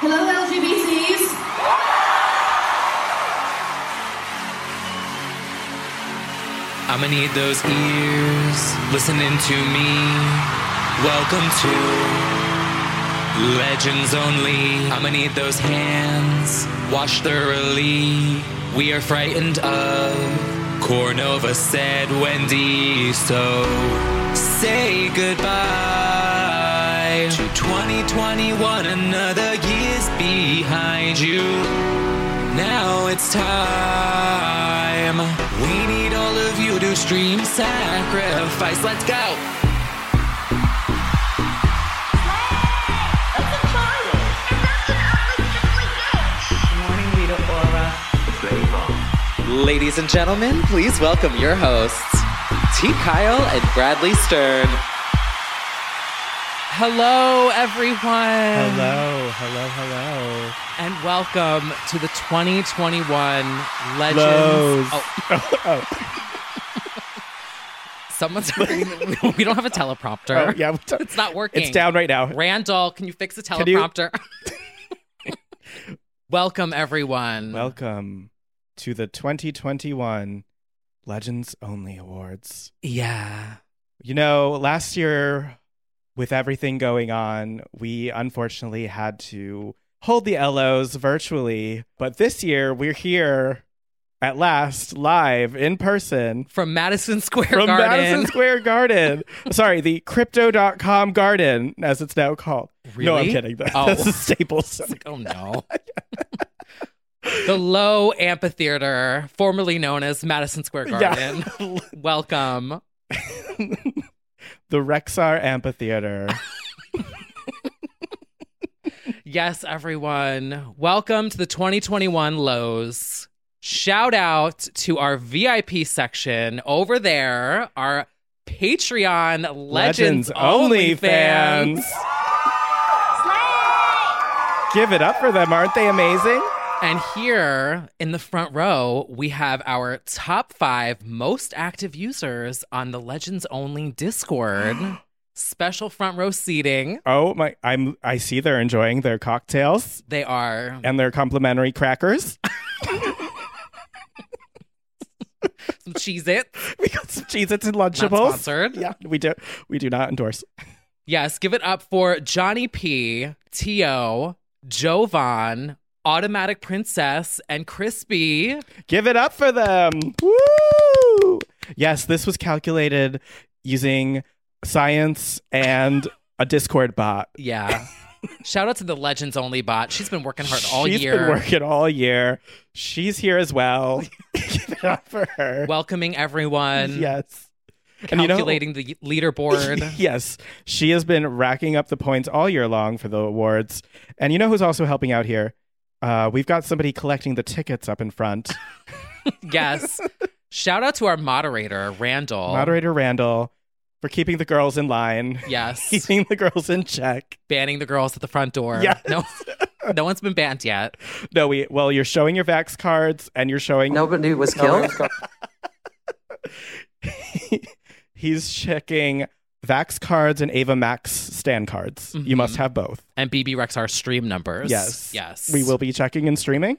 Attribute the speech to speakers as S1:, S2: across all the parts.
S1: Hello, LGBTs.
S2: I'm gonna need those ears listening to me. Welcome to Legends Only. I'm gonna need those hands washed thoroughly. We are frightened of Cornova, said Wendy. So say goodbye to 2021, another year's behind you. Now it's time. We need all of you to stream sacrifice. Let's go.
S3: Morning, Rita Ora.
S2: Ladies and gentlemen, please welcome your hosts, T. Kyle and Bradley Stern.
S3: Hello, everyone. Hello.
S4: Hello, hello, hello.
S3: And welcome to the 2021 Legends.
S4: Lows.
S3: Oh. Someone's. we don't have a teleprompter.
S4: Oh, yeah, it's,
S3: It's not working.
S4: it's down right now.
S3: Randall, can you fix the
S4: you-
S3: teleprompter? welcome, everyone.
S4: Welcome to the 2021 Legends Only Awards.
S3: yeah.
S4: You know, last year, with everything going on, we unfortunately had to hold the LOs virtually, but this year we're here at last, live in person.
S3: From Madison Square
S4: From
S3: Garden.
S4: Madison Square Garden. Sorry, the crypto.com garden, as it's now called. No, I'm
S3: Really?
S4: kidding. That-
S3: Oh.
S4: That's a Staples.
S3: Oh no. the Low Amphitheater, formerly known as Madison Square Garden.
S4: Yeah.
S3: Welcome.
S4: the Rexar Amphitheater.
S3: Yes, everyone. Welcome to the 2021 Lows. Shout out to our VIP section over there, our Patreon Legends, Only fans.
S4: Give it up for them. Aren't they amazing?
S3: And here in the front row, we have our top five most active users on the Legends Only Discord. Special front row seating.
S4: Oh my I'm I see they're enjoying their cocktails
S3: They are
S4: and their complimentary crackers.
S3: some Cheez It,
S4: we got some Cheez Its and
S3: not
S4: Lunchables.
S3: sponsored.
S4: Yeah, we do we do not endorse.
S3: Yes, give it up for Johnny P, T.O., Jovan, Automatic Princess, and Crispy.
S4: Give it up for them. Woo! Yes, this was calculated using science and a Discord bot.
S3: Yeah. Shout out to the Legends Only bot. She's been working hard all
S4: She's
S3: year.
S4: been working all year. She's here as well. Give it up for her.
S3: Welcoming everyone,
S4: yes. And you know-
S3: calculating the leaderboard.
S4: yes, she has been racking up the points all year long for the awards. And you know who's also helping out here? Uh, we've got somebody collecting the tickets up in front.
S3: Yes. Shout out to our moderator, Randall.
S4: Moderator Randall for keeping the girls in line,
S3: Yes.
S4: keeping the girls in check.
S3: Banning the girls at the front door.
S4: Yes.
S3: No, no one's been banned yet.
S4: No, we well, you're showing your vax cards and you're showing
S5: Nobody was killed.
S4: he's checking vax cards and Ava Max stand cards. You must have both.
S3: And BB Rexar stream numbers.
S4: Yes.
S3: Mm-hmm. Yes.
S4: We will be checking and streaming.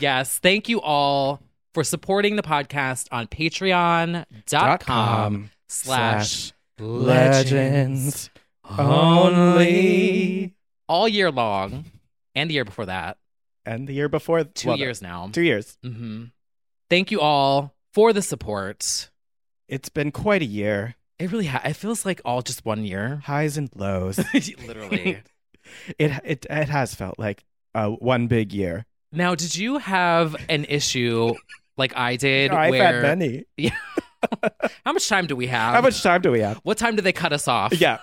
S3: Yes. Thank you all for supporting the podcast on patreon.com slash legends
S4: only.
S3: all year long and the year before that.
S4: And the year before,
S3: Two
S4: well,
S3: years now.
S4: Two years.
S3: hmm Thank you all for the support.
S4: It's been quite a year.
S3: It really ha- it feels like all just one year.
S4: Highs and lows.
S3: Literally.
S4: it it it has felt like uh, one big year.
S3: Now, did you have an issue like I did?
S4: I've
S3: where,
S4: had many.
S3: How much time do we have?
S4: How much time do we have?
S3: What time do they cut us off?
S4: Yeah.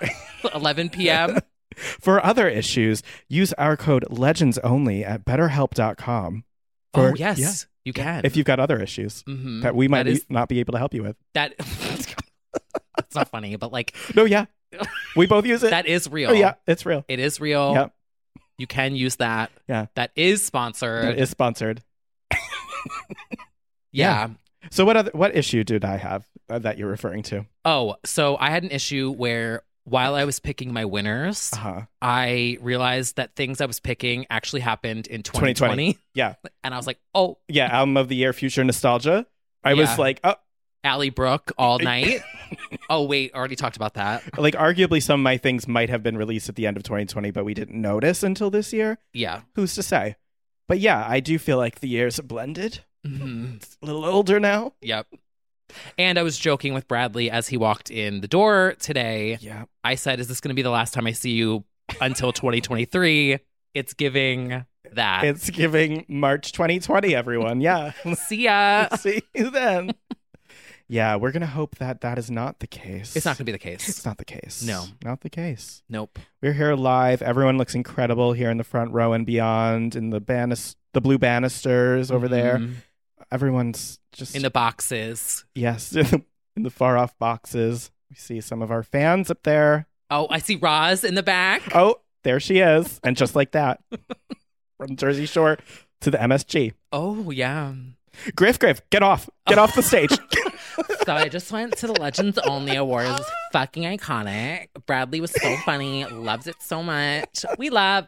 S3: 11 p.m.
S4: For other issues, use our code legends only at betterhelp.com. For,
S3: oh yes,
S4: yeah,
S3: you can.
S4: if you've got other issues
S3: Mhm.
S4: that we might
S3: That is-
S4: be- not be able to help you with.
S3: that it's not funny, but like
S4: No, yeah. We both use it.
S3: that is real.
S4: oh, yeah. It's real.
S3: it is real.
S4: Yep.
S3: You can use that.
S4: Yeah.
S3: that is sponsored.
S4: It is sponsored.
S3: yeah.
S4: So what other what issue did I have uh, that you're referring to?
S3: Oh, so I had an issue where
S6: while I was picking my winners,
S4: Uh-huh.
S6: I realized that things I was picking actually happened in
S4: 2020.
S6: 2020.
S4: Yeah.
S6: And I was like, oh,
S4: Yeah, album of the year, future nostalgia. I
S6: Yeah.
S4: was like, oh,
S6: Allie Brooke all night. oh, wait, already talked about that.
S4: like arguably some of my things might have been released at the end of 2020, but we didn't notice until this year.
S6: Yeah.
S4: Who's to say? But yeah, I do feel like the years blended.
S6: Mhm.
S4: It's a little older now.
S6: Yep. And I was joking with Bradley as he walked in the door today.
S4: Yeah.
S6: I said, Is this going to be the last time I see you until 2023? It's giving that.
S4: It's giving March 2020, everyone. Yeah.
S6: See ya.
S4: See you then. yeah, we're going to hope that that is not the case.
S6: It's not going to be the
S4: It's
S6: case.
S4: not the case.
S6: No.
S4: Not the case.
S6: Nope.
S4: We're here live. Everyone looks incredible here in the front row and beyond, in the banis- the blue banisters over there.
S6: Mhm.
S4: Everyone's just
S6: In the boxes.
S4: yes, in the, in the far off boxes. We see some of our fans up there.
S6: Oh, I see Roz in the back.
S4: Oh, there she is, and just like that, from Jersey Shore to the MSG.
S6: Oh, yeah.
S4: Griff, Griff, get off, get off the stage.
S6: So I just went to the Legends Only Awards. It was fucking iconic. Bradley was so funny. Loves it so much. We love.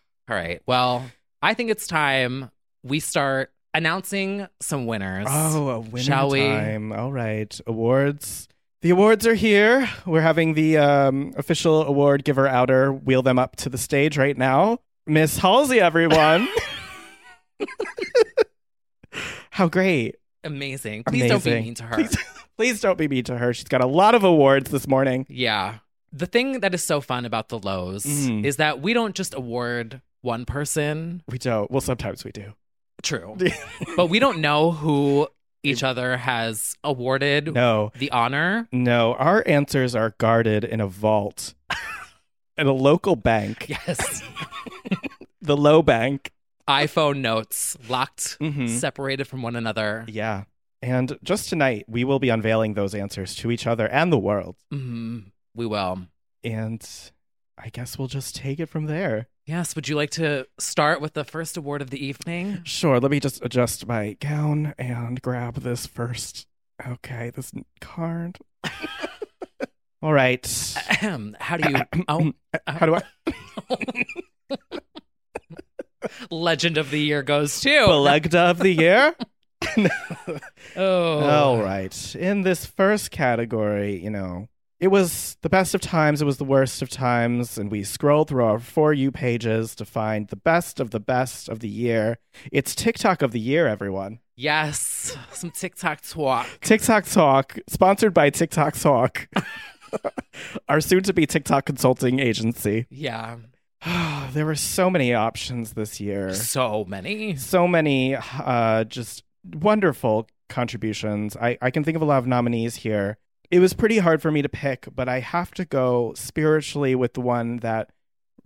S6: All right. Well, I think it's time we start announcing some winners.
S4: oh, a winner
S6: Shall we?
S4: time. All right, awards. The awards are here. We're having the um, official award giver outer wheel them up to the stage right now. Miss Halsey, everyone. How great.
S6: Amazing. Please don't be
S4: Amazing.
S6: mean to her.
S4: Please, please don't be mean to her. She's got a lot of awards this morning.
S6: Yeah. The thing that is so fun about the lows
S4: Mm.
S6: is that we don't just award one person.
S4: We don't. Well, sometimes we do.
S6: True. but we don't know who each other has awarded
S4: No,
S6: the honor.
S4: no. Our answers are guarded in a vault at a local bank,
S6: Yes.
S4: the low bank.
S6: iPhone notes locked,
S4: Mhm.
S6: separated from one another.
S4: Yeah. And just tonight, we will be unveiling those answers to each other and the world.
S6: Mhm. We will.
S4: And I guess we'll just take it from there.
S6: Yes. Would you like to start with the first award of the evening?
S4: Sure. Let me just adjust my gown and grab this first. Okay, this card. All right.
S6: Ahem. How do you? Oh,
S4: How do I?
S6: Legend of the Year goes to.
S4: Belegda of the year?
S6: Oh,
S4: All right. In this first category, you know, it was the best of times, it was the worst of times, and we scroll through our For You pages to find the best of the best of the year. It's TikTok of the year, everyone.
S6: Yes, some TikTok talk.
S4: TikTok Talk, sponsored by TikTok Talk, our soon to be TikTok consulting agency.
S6: Yeah,
S4: there were so many options this year.
S6: so many.
S4: so many uh, just wonderful contributions. I, I can think of a lot of nominees here. It was pretty hard for me to pick, but I have to go spiritually with the one that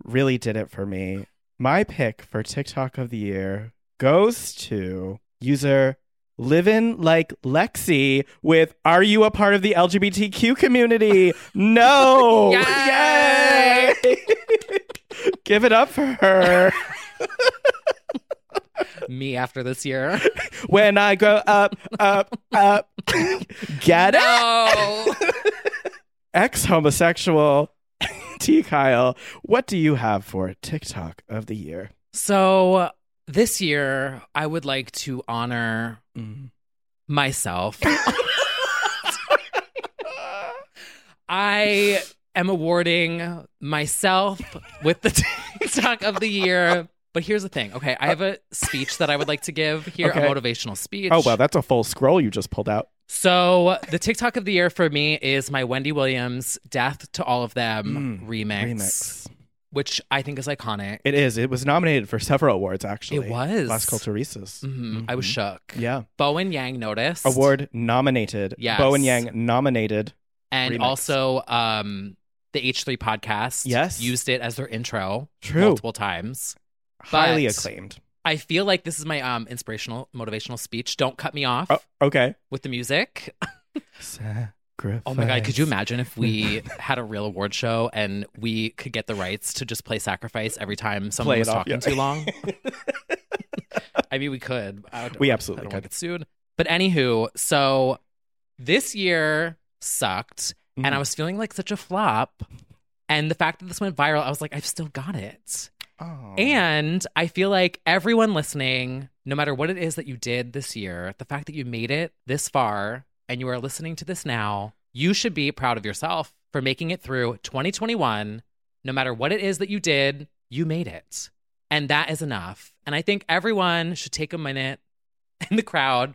S4: really did it for me. My pick for TikTok of the year goes to user Livin' Like Lexi with Are You a Part of the LGBTQ Community? No!
S6: Yay!
S4: Yay! Give it up for her.
S6: me after this year.
S4: When I grow up, up, up, get it?
S6: no.
S4: Ex homosexual T. Kyle, what do you have for TikTok of the year?
S6: So this year, I would like to honor
S4: Mm.
S6: myself. I am awarding myself with the TikTok of the year. But here's the thing. Okay, I have a speech that I would like to give here,
S4: Okay.
S6: a motivational speech.
S4: Oh, wow, that's a full scroll you just pulled out.
S6: So the TikTok of the year for me is my Wendy Williams "Death to All of Them"
S4: Mm,
S6: remix,
S4: remix.
S6: which I think is iconic.
S4: It is. It was nominated for several awards, actually.
S6: It was.
S4: Las Culturistas.
S6: Mhm, I was
S4: Mhm.
S6: shook.
S4: Yeah.
S6: Bowen Yang noticed
S4: Award nominated.
S6: Yes.
S4: Bowen Yang nominated.
S6: and
S4: remix.
S6: also um, the H three podcast.
S4: Yes.
S6: used it as their intro
S4: True.
S6: multiple times.
S4: highly
S6: But-
S4: acclaimed.
S6: I feel like this is my um, inspirational, motivational speech. Don't cut me off
S4: Oh, okay.
S6: with the music.
S4: Sacrifice.
S6: Oh my god, could you imagine if we had a real award show and we could get the rights to just play sacrifice every time someone
S4: Play it
S6: was
S4: off,
S6: talking
S4: yeah.
S6: too long? I mean, we could. I would-
S4: We
S6: I
S4: absolutely
S6: don't wanna
S4: could.
S6: get sued. But anywho, so this year sucked, and I was feeling like such a flop. And the fact that this went viral, I was like, I've still got it.
S4: Oh.
S6: And I feel like everyone listening, no matter what it is that you did this year, the fact that you made it this far and you are listening to this now, you should be proud of yourself for making it through 2021. No matter what it is that you did, you made it. And that is enough. And I think everyone should take a minute in the crowd,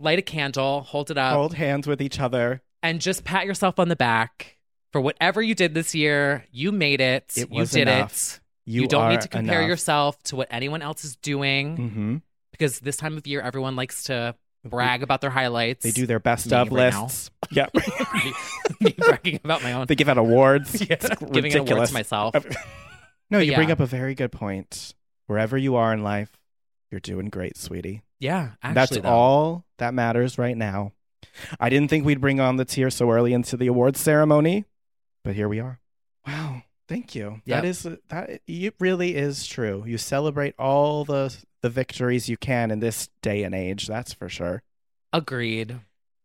S6: light a candle, hold it up,
S4: hold hands with each other.
S6: and just pat yourself on the back for whatever you did this year. You made it.
S4: It
S6: you
S4: was
S6: did
S4: enough.
S6: it. You, don't need
S4: are
S6: to compare
S4: enough.
S6: yourself to what anyone else is doing
S4: Mhm.
S6: because this time of year everyone likes to brag about their highlights.
S4: They do their best
S6: Me
S4: of
S6: right now.
S4: lists. Yep.
S6: Me bragging about my own
S4: they give out awards.
S6: Yeah.
S4: It's
S6: giving an award
S4: ridiculous.
S6: to myself.
S4: No,
S6: But
S4: you bring
S6: yeah.
S4: up a very good point. Wherever you are in life, you're doing great, sweetie.
S6: Yeah, actually,
S4: That's
S6: though.
S4: all that matters right now. I didn't think we'd bring on the tear so early into the awards ceremony, but here we are. Wow. Thank you.
S6: Yep.
S4: That is that it really is true. You celebrate all the the victories you can in this day and age, that's for sure.
S6: Agreed.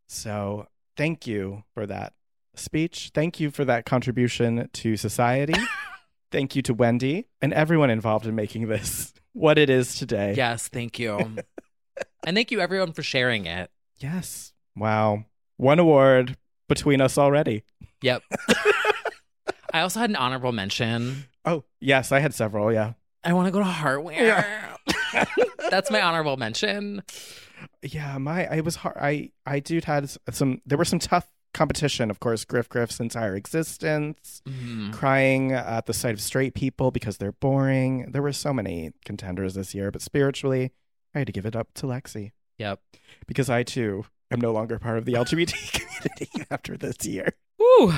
S4: So, thank you for that speech. Thank you for that contribution to society. thank you to Wendy and everyone involved in making this what it is today.
S6: Yes, thank you, and thank you everyone for sharing it.
S4: Yes. Wow. One award between us already.
S6: Yep. I also had an honorable mention.
S4: Oh, yes, I had several, yeah.
S6: I want to go to Heartware. That's my honorable mention.
S4: Yeah, my it was hard. I I dude had s- some there were some tough competition, of course, Griff Griff's entire existence,
S6: Mhm.
S4: crying at the sight of straight people because they're boring. There were so many contenders this year, but spiritually, I had to give it up to Lexi
S6: Yep.
S4: because I too am no longer part of the LGBT community after this year.
S6: Woo.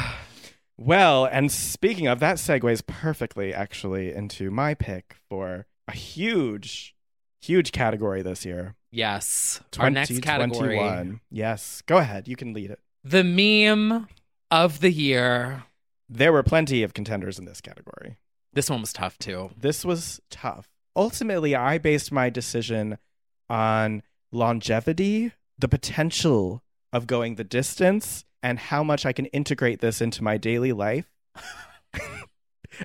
S4: Well, and speaking of, that segues perfectly actually into my pick for a huge, huge category this year.
S6: Yes. Our next category.
S4: 2021. Yes. Go ahead. You can lead it.
S6: The meme of the year.
S4: There were plenty of contenders in this category.
S6: This one was tough too.
S4: This was tough. Ultimately, I based my decision on longevity, the potential of going the distance, and how much I can integrate this into my daily life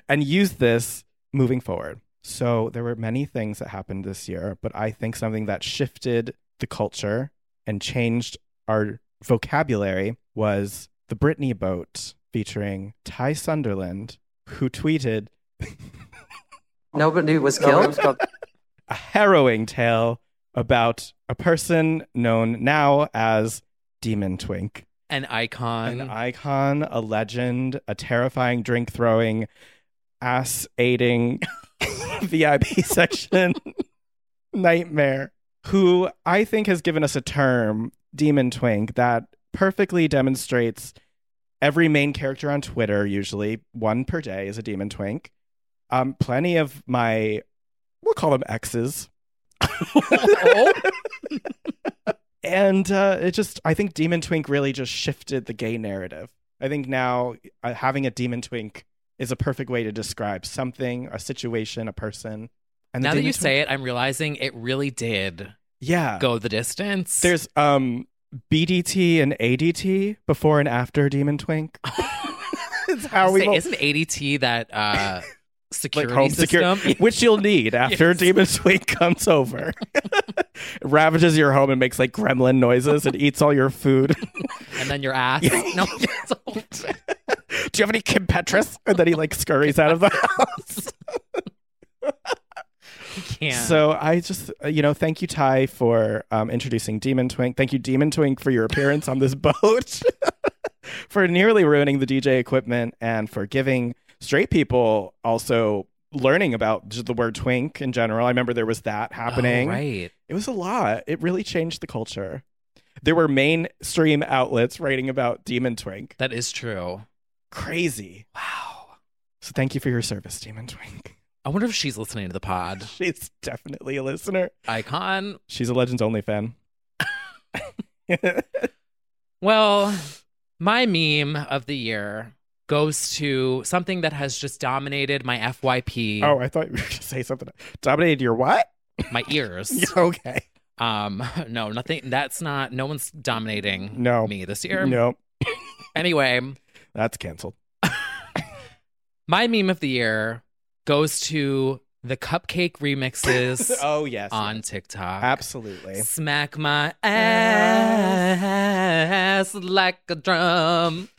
S4: and use this moving forward. So, there were many things that happened this year, but I think something that shifted the culture and changed our vocabulary was the Britney boat featuring Ty Sunderland, who tweeted,
S7: Nobody was killed.
S4: a harrowing tale about a person known now as Demon Twink.
S6: An icon.
S4: An icon, a legend, a terrifying drink throwing, ass aiding VIP section nightmare, who I think has given us a term, Demon Twink, that perfectly demonstrates every main character on Twitter, usually one per day, is a Demon Twink. Um, plenty of my, we'll call them exes,
S6: oh,
S4: and uh, it just i think demon twink really just shifted the gay narrative i think now uh, having a demon twink is a perfect way to describe something a situation a person And the
S6: now that you
S4: Danish
S6: say it, I'm realizing it really did
S4: yeah,
S6: go the distance.
S4: There's um BDT and ADT before and after Demon Twink. it's how we
S6: Say, isn't ADT that uh,
S4: like
S6: security
S4: home
S6: system?
S4: security, which you'll need after Demon Twink comes over, ravages your home and makes like gremlin noises and eats all your food.
S6: and then your ass. no, it's-
S4: Do you have any Kim Petras? And then he like scurries out of the house.
S6: you can't.
S4: So I just, uh, you know, thank you, Ty, for um, introducing Demon Twink. Thank you, Demon Twink, for your appearance on this boat, for nearly ruining the DJ equipment, and for giving straight people also learning about just the word twink in general. I remember there was that
S6: Oh,
S4: happening.
S6: right.
S4: It was a lot. It really changed the culture. There were mainstream outlets writing about Demon Twink.
S6: That is true.
S4: Crazy.
S6: Wow.
S4: So thank you for your service, Demon Twink.
S6: I wonder if she's listening to the pod.
S4: She's definitely a listener.
S6: Icon.
S4: She's a Legends Only fan.
S6: Well, my meme of the year goes to something that has just dominated my FYP,
S4: Oh, I thought you were going to say something. Dominated your what?
S6: my ears.
S4: Yeah, okay.
S6: Um, no, nothing. That's not. No one's dominating
S4: No.
S6: me this year.
S4: No,
S6: Anyway,
S4: that's canceled.
S6: my meme of the year goes to the cupcake remixes
S4: Oh, yes.
S6: on TikTok.
S4: Absolutely.
S6: Smack my ass like a drum.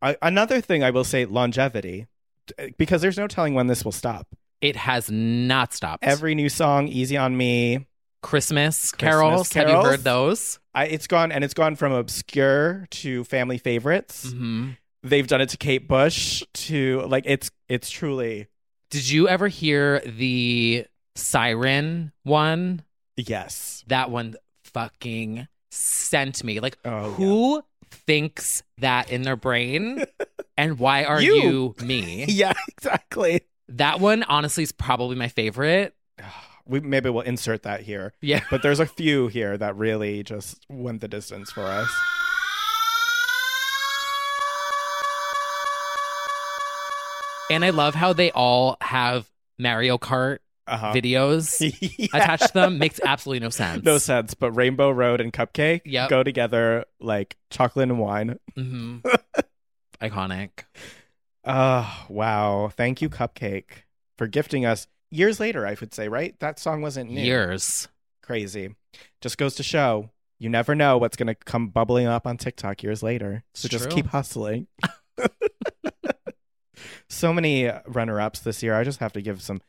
S4: I, another thing I will say longevity, t- because there's no telling when this will stop.
S6: It has not stopped.
S4: Every new song, Easy on Me,
S6: Christmas,
S4: Christmas
S6: carols, Have you
S4: carols.
S6: heard those?
S4: I, it's gone and it's gone from obscure to family favorites.
S6: hmm
S4: They've done it to Kate Bush to like it's it's truly
S6: Did you ever hear the siren one?
S4: yes.
S6: That one fucking sent me. Like,
S4: Oh,
S6: who thinks that in their brain? and why are
S4: You.
S6: you, me?
S4: Yeah, exactly.
S6: that one, honestly, is probably my favorite.
S4: We maybe we'll insert that here.
S6: Yeah.
S4: But there's a few here that really just went the distance for us.
S6: And I love how they all have Mario Kart
S4: Uh-huh.
S6: videos
S4: Yeah.
S6: attached to them. Makes absolutely no sense.
S4: No sense, but Rainbow Road and Cupcake
S6: Yep.
S4: go together like chocolate and wine.
S6: hmm Iconic.
S4: Oh, wow. Thank you, Cupcake, for gifting us years later, I would say, right? That song wasn't new.
S6: Years.
S4: Crazy. Just goes to show you never know what's going to come bubbling up on TikTok years later. So
S6: It's
S4: just
S6: true.
S4: keep hustling. so many runner ups this year. I just have to give some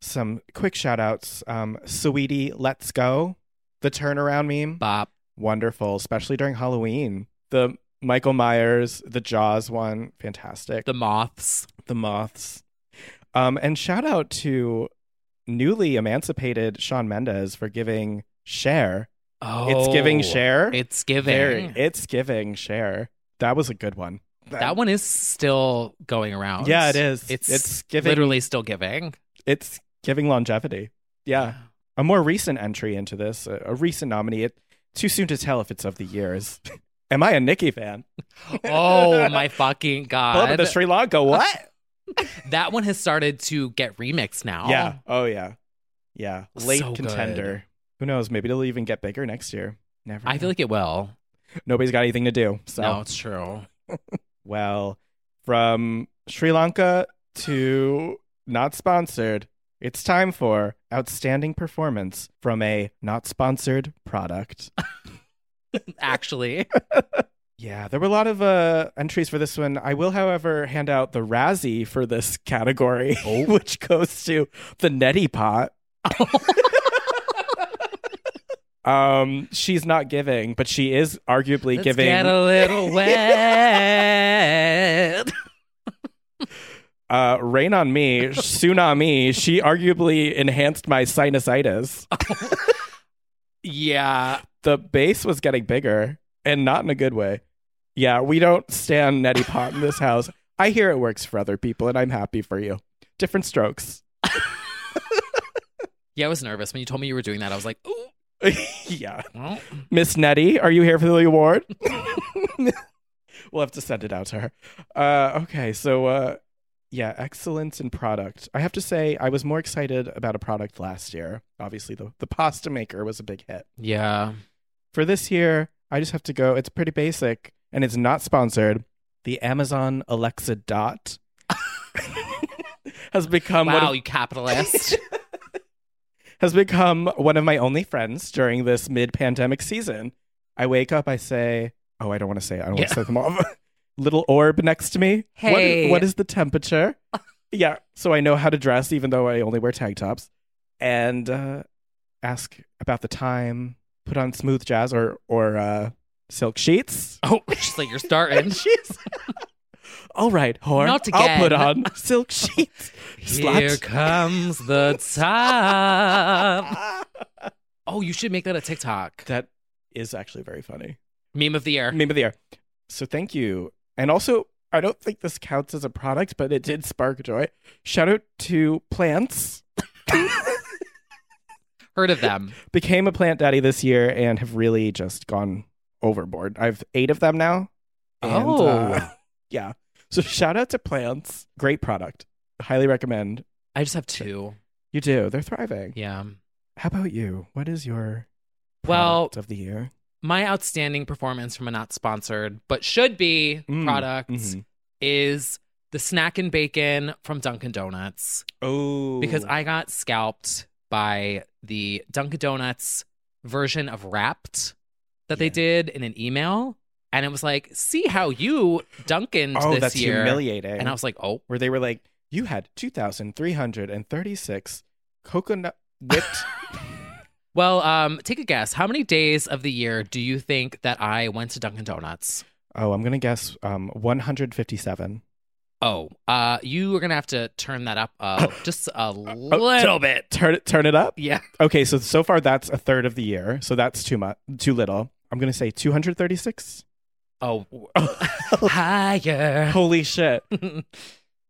S4: some quick shout outs. Um, Sweetie, let's go. The turnaround meme.
S6: Bop.
S4: Wonderful, especially during Halloween. The Michael Myers, the Jaws one, fantastic.
S6: The moths.
S4: The moths. Um, and shout out to newly emancipated Sean Mendez for giving share.
S6: Oh.
S4: It's giving share.
S6: It's giving.
S4: Very. It's giving share. That was a good one.
S6: that one is still going around.
S4: Yeah, it is.
S6: It's,
S4: It's giving-
S6: literally still giving.
S4: It's giving longevity. Yeah. A more recent entry into this, a, a recent nominee. It, too soon to tell if it's of the years. Am I a Nikki fan?
S6: Oh my fucking
S4: Pull up at the
S6: god.
S4: Sri Lanka. What?
S6: that one has started to get remixed now.
S4: Yeah. Oh yeah. Yeah. Late
S6: So good.
S4: contender. Who knows? Maybe it'll even get bigger next year. Never.
S6: I feel like it will.
S4: nobody's got anything to do. So
S6: No, it's true.
S4: well, from Sri Lanka to not sponsored, it's time for outstanding performance from a not sponsored product.
S6: Actually.
S4: Yeah, there were a lot of uh, entries for this one. I will, however, hand out the Razzie for this category,
S6: Oh.
S4: which goes to the Neti Pot. um, she's not giving, but she is arguably
S6: Let's
S4: giving.
S6: get a little wet.
S4: uh, Rain on Me, Tsunami. She arguably enhanced my sinusitis.
S6: yeah.
S4: The bass was getting bigger, and not in a good way. Yeah, we don't stand Neti Pot in this house. I hear it works for other people, and I'm happy for you. Different strokes.
S6: Yeah, I was nervous when you told me you were doing that. I was like, ooh,
S4: yeah.
S6: well,
S4: Miss Nettie, are you here for the award? we'll have to send it out to her. Uh, okay, so uh, Yeah, excellence in product. I have to say, I was more excited about a product last year. Obviously, the, the pasta maker was a big hit.
S6: Yeah.
S4: For this year, I just have to go. It's pretty basic and it's not sponsored. The Amazon Alexa Dot has become one
S6: wow,
S4: of,
S6: you capitalist.
S4: has become one of my only friends during this mid-pandemic season. I wake up, I say, "Oh, I don't want to say. It. I don't want
S6: Yeah.
S4: to say them all." Little orb next to me. What-
S6: Hey.
S4: what is the temperature? yeah, so I know how to dress, even though I only wear tank tops, and uh, ask about the time. Put on smooth jazz or or uh, silk sheets.
S6: oh, she's like, you're starting.
S4: she's all right, whore.
S6: Not
S4: I'll put on
S6: again.
S4: silk sheets.
S6: Here
S4: Slut.
S6: comes the time. Oh, you should make that a TikTok
S4: that is actually very funny.
S6: meme of the year.
S4: Meme of the year. So thank you. And also, I don't think this counts as a product, but it did spark joy. Shout out to plants.
S6: Heard of them?
S4: Became a plant daddy this year and have really just gone overboard. I've eight of them now. And,
S6: Oh.
S4: uh, yeah. So shout out to plants. Great product. Highly recommend.
S6: I just have two.
S4: You do. They're thriving.
S6: Yeah.
S4: How about you? What is your
S6: Well,
S4: product of the year?
S6: my outstanding performance from a not sponsored but should be
S4: Mm,
S6: product
S4: mhm.
S6: is the snack and bacon from Dunkin' Donuts.
S4: Oh,
S6: because I got scalped by the Dunkin' Donuts version of Wrapped that they
S4: Yeah.
S6: did in an email, and it was like, "See how you Dunkin'
S4: oh,
S6: this
S4: that's
S6: year,"
S4: humiliating.
S6: and I was like, "Oh,
S4: where they were like, you had 2,336 coconut whipped.
S6: well, um, take a guess. How many days of the year do you think that I went to Dunkin' Donuts?"
S4: oh, I'm going to guess um, 157.
S6: Oh, uh, you are gonna have to turn that up uh, just a
S4: Oh,
S6: little
S4: tu-
S6: bit.
S4: Turn it, turn it up.
S6: Yeah,
S4: Okay, so so far that's a third of the year. So that's too much, too little. I'm going to say 236.
S6: Oh, higher.
S4: Holy shit.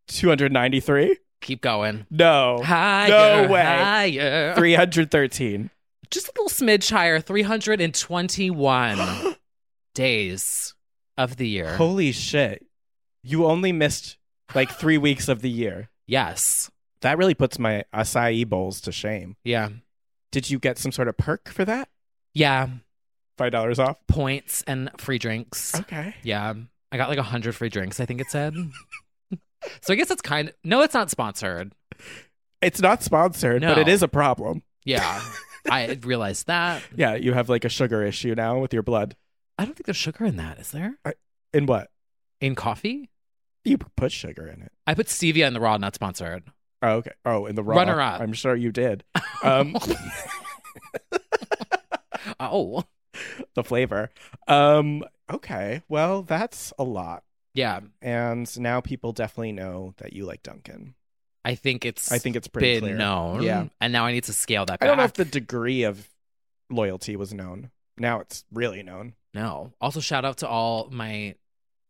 S4: 293?
S6: Keep going.
S4: No.
S6: Higher.
S4: way.
S6: Higher.
S4: 313.
S6: just a little smidge higher 321 days of the year
S4: Holy shit. You only missed like three weeks of the year.
S6: yes
S4: That really puts my acai bowls to shame.
S6: yeah
S4: Did you get some sort of perk for that?
S6: yeah
S4: $5 off?
S6: points and free drinks
S4: Okay.
S6: yeah i got like 100 free drinks i think it said so i guess it's kind of no it's not sponsored
S4: It's not sponsored, but
S6: No.
S4: it is a problem.
S6: yeah i realized that
S4: Yeah, you have like a sugar issue now with your blood.
S6: i don't think there's sugar in that is there
S4: In what?
S6: in coffee
S4: You put sugar in it.
S6: i put stevia in the raw not sponsored
S4: Oh, okay. Oh, in the raw.
S6: Runner up.
S4: I'm sure you did. Um, Uh,
S6: oh
S4: the flavor. Um, okay. Well, that's a lot.
S6: yeah
S4: And now people definitely know that you like Duncan.
S6: i think it's
S4: I think it's pretty
S6: been
S4: clear.
S6: known
S4: Yeah.
S6: and now i need to scale that back
S4: I don't know if the degree of loyalty was known. Now it's really known.
S6: No. Also, shout out to all my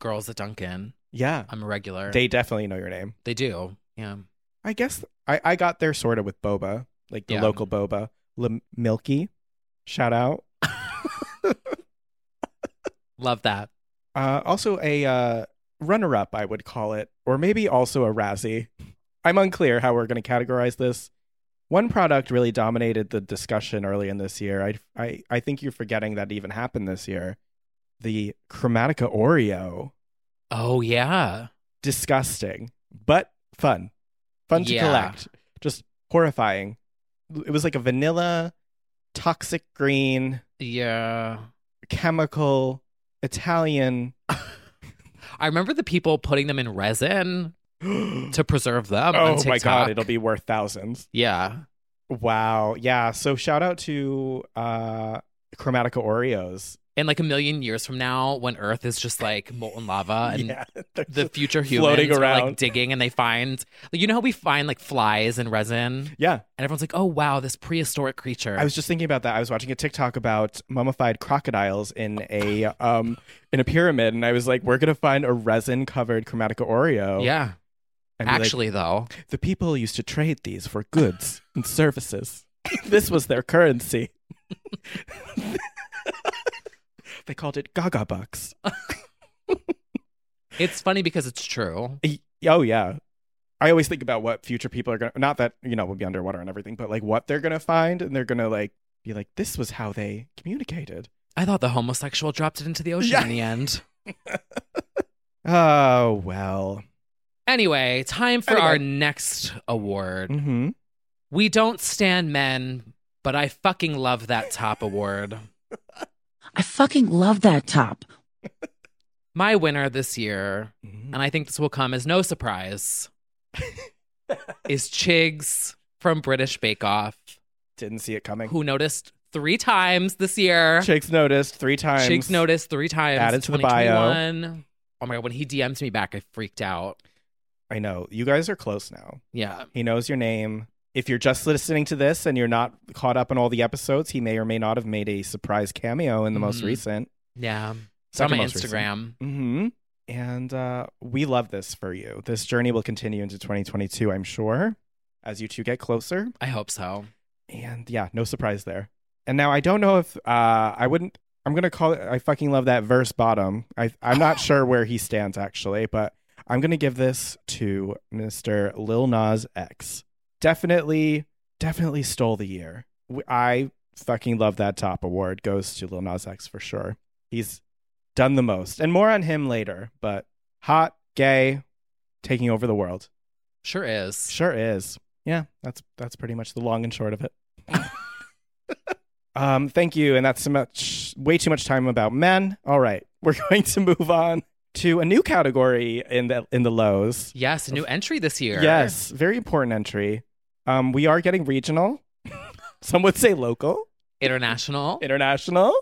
S6: girls at Duncan.
S4: Yeah.
S6: I'm a regular.
S4: They definitely know your name.
S6: they do. Yeah.
S4: I guess I, I got there sort of with boba, like the
S6: Yeah.
S4: local boba, L- Milky. Shout out.
S6: Love that.
S4: Uh, also a uh, runner up, I would call it, or maybe also a Razzie. I'm unclear how we're going to categorize this. One product really dominated the discussion early in this year. I, I, I think you're forgetting that even happened this year. The Chromatica Oreo.
S6: Oh, yeah.
S4: Disgusting, but fun. Fun to
S6: Yeah.
S4: collect. Just horrifying. It was like a vanilla, toxic green,
S6: Yeah.
S4: chemical, Italian.
S6: I remember the people putting them in resin to preserve them. on
S4: oh my
S6: TikTok.
S4: God, it'll be worth thousands.
S6: Yeah.
S4: Wow. Yeah. So shout out to uh Chromatica Oreos.
S6: And like a million years from now, when Earth is just like molten lava Uh, and
S4: yeah. they're
S6: the
S4: just
S6: future humans
S4: floating
S6: are
S4: around.
S6: like digging and they find, like, you know how we find like flies in resin?
S4: yeah.
S6: And everyone's like, oh, wow, this prehistoric creature.
S4: I was just thinking about that. I was watching a TikTok about mummified crocodiles in a um in a pyramid and I was like, we're gonna find a resin covered Chromatica Oreo.
S6: yeah.
S4: And be like,
S6: Actually, though.
S4: the people used to trade these for goods and services. This was their currency. they called it Gaga Bucks.
S6: It's funny because it's true.
S4: Y- Oh yeah. I always think about what future people are going to, not that, you know, we'll be underwater and everything, but like what they're going to find. And they're going to like be like, this was how they communicated.
S6: I thought the homosexual dropped it into the ocean in the end.
S4: Oh, well.
S6: Anyway, time for
S4: Anyway.
S6: our next award.
S4: Mm-hmm.
S6: We don't stand men, but I fucking love that top award.
S8: I fucking love that top.
S6: My winner this year,
S4: Mm-hmm.
S6: and I think this will come as no surprise, is Chigs from British Bake Off,
S4: Didn't see it coming.
S6: who noticed three times this year.
S4: Chicks noticed three times.
S6: Chig's noticed three times.
S4: Added to the bio.
S6: 2021. Oh my god, when he DMs me back, I freaked out.
S4: I know. You guys are close now.
S6: Yeah.
S4: He knows your name. If you're just listening to this and you're not caught up on all the episodes, he may or may not have made a surprise cameo in the most
S6: Mhm.
S4: recent.
S6: Yeah. It's on
S4: Second
S6: my
S4: most recent.
S6: Instagram.
S4: Mm-hmm. And uh, we love this for you. This journey will continue into 2022, I'm sure, as you two get closer.
S6: I hope so.
S4: And yeah, no surprise there. And now I don't know if uh, I wouldn't. I'm gonna call it. I fucking love that verse bottom. I I'm not sure where he stands actually, but I'm gonna give this to Mr. Lil Nas X. Definitely, definitely stole the year. W- I fucking love that top award. Goes to Lil Nas X for sure. He's done the most, and more on him later. But hot, gay, taking over the world.
S6: Sure is.
S4: Sure is. Yeah, that's that's pretty much the long and short of it. um, thank you, and that's so much way too much time about men. All right, we're going to move on to a new category in the in the lows.
S6: Yes, a new entry this year.
S4: Yes, very important entry. Um, we are getting regional. Some would say local,
S6: International.
S4: international.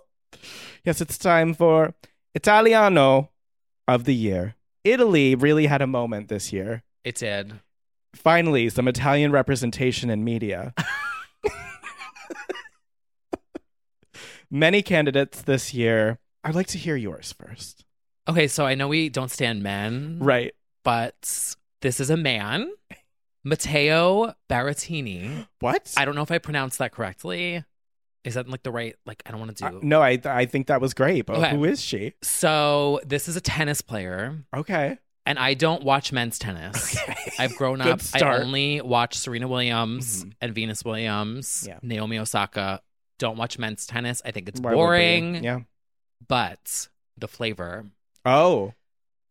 S4: Yes, it's time for Italiano of the year. Italy really had a moment this year
S6: It did.
S4: finally some Italian representation in media. Many candidates this year. I'd like to hear yours first.
S6: Okay, so I know we don't stand men,
S4: Right.
S6: but this is a man, Matteo Baratini.
S4: What?
S6: I don't know if I pronounced that correctly. Is that like the right? Like, I don't want to do.
S4: no, I I think that was great, but
S6: Okay.
S4: who is she?
S6: So this is a tennis player,
S4: Okay.
S6: and I don't watch men's tennis. I've grown
S4: Good
S6: up. I
S4: start. Mm-hmm.
S6: only watch Serena Williams and Venus Williams,
S4: Yeah.
S6: Naomi Osaka. Don't watch men's tennis. I think it's
S4: Why would they?
S6: boring.
S4: Yeah.
S6: But the flavor.
S4: Oh,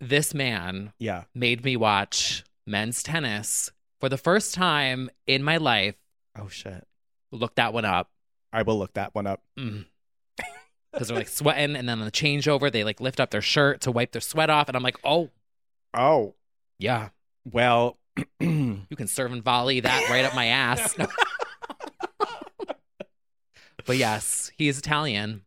S6: This man
S4: yeah.
S6: made me watch men's tennis for the first time in my life.
S4: Oh shit.
S6: Look that one up.
S4: I will look that one up.
S6: Because they're like sweating, and then on the changeover, they like lift up their shirt to wipe their sweat off. And I'm like, oh,
S4: Oh,
S6: yeah,
S4: well. I
S6: you can serve and volley that right up my ass. but yes, he's Italian.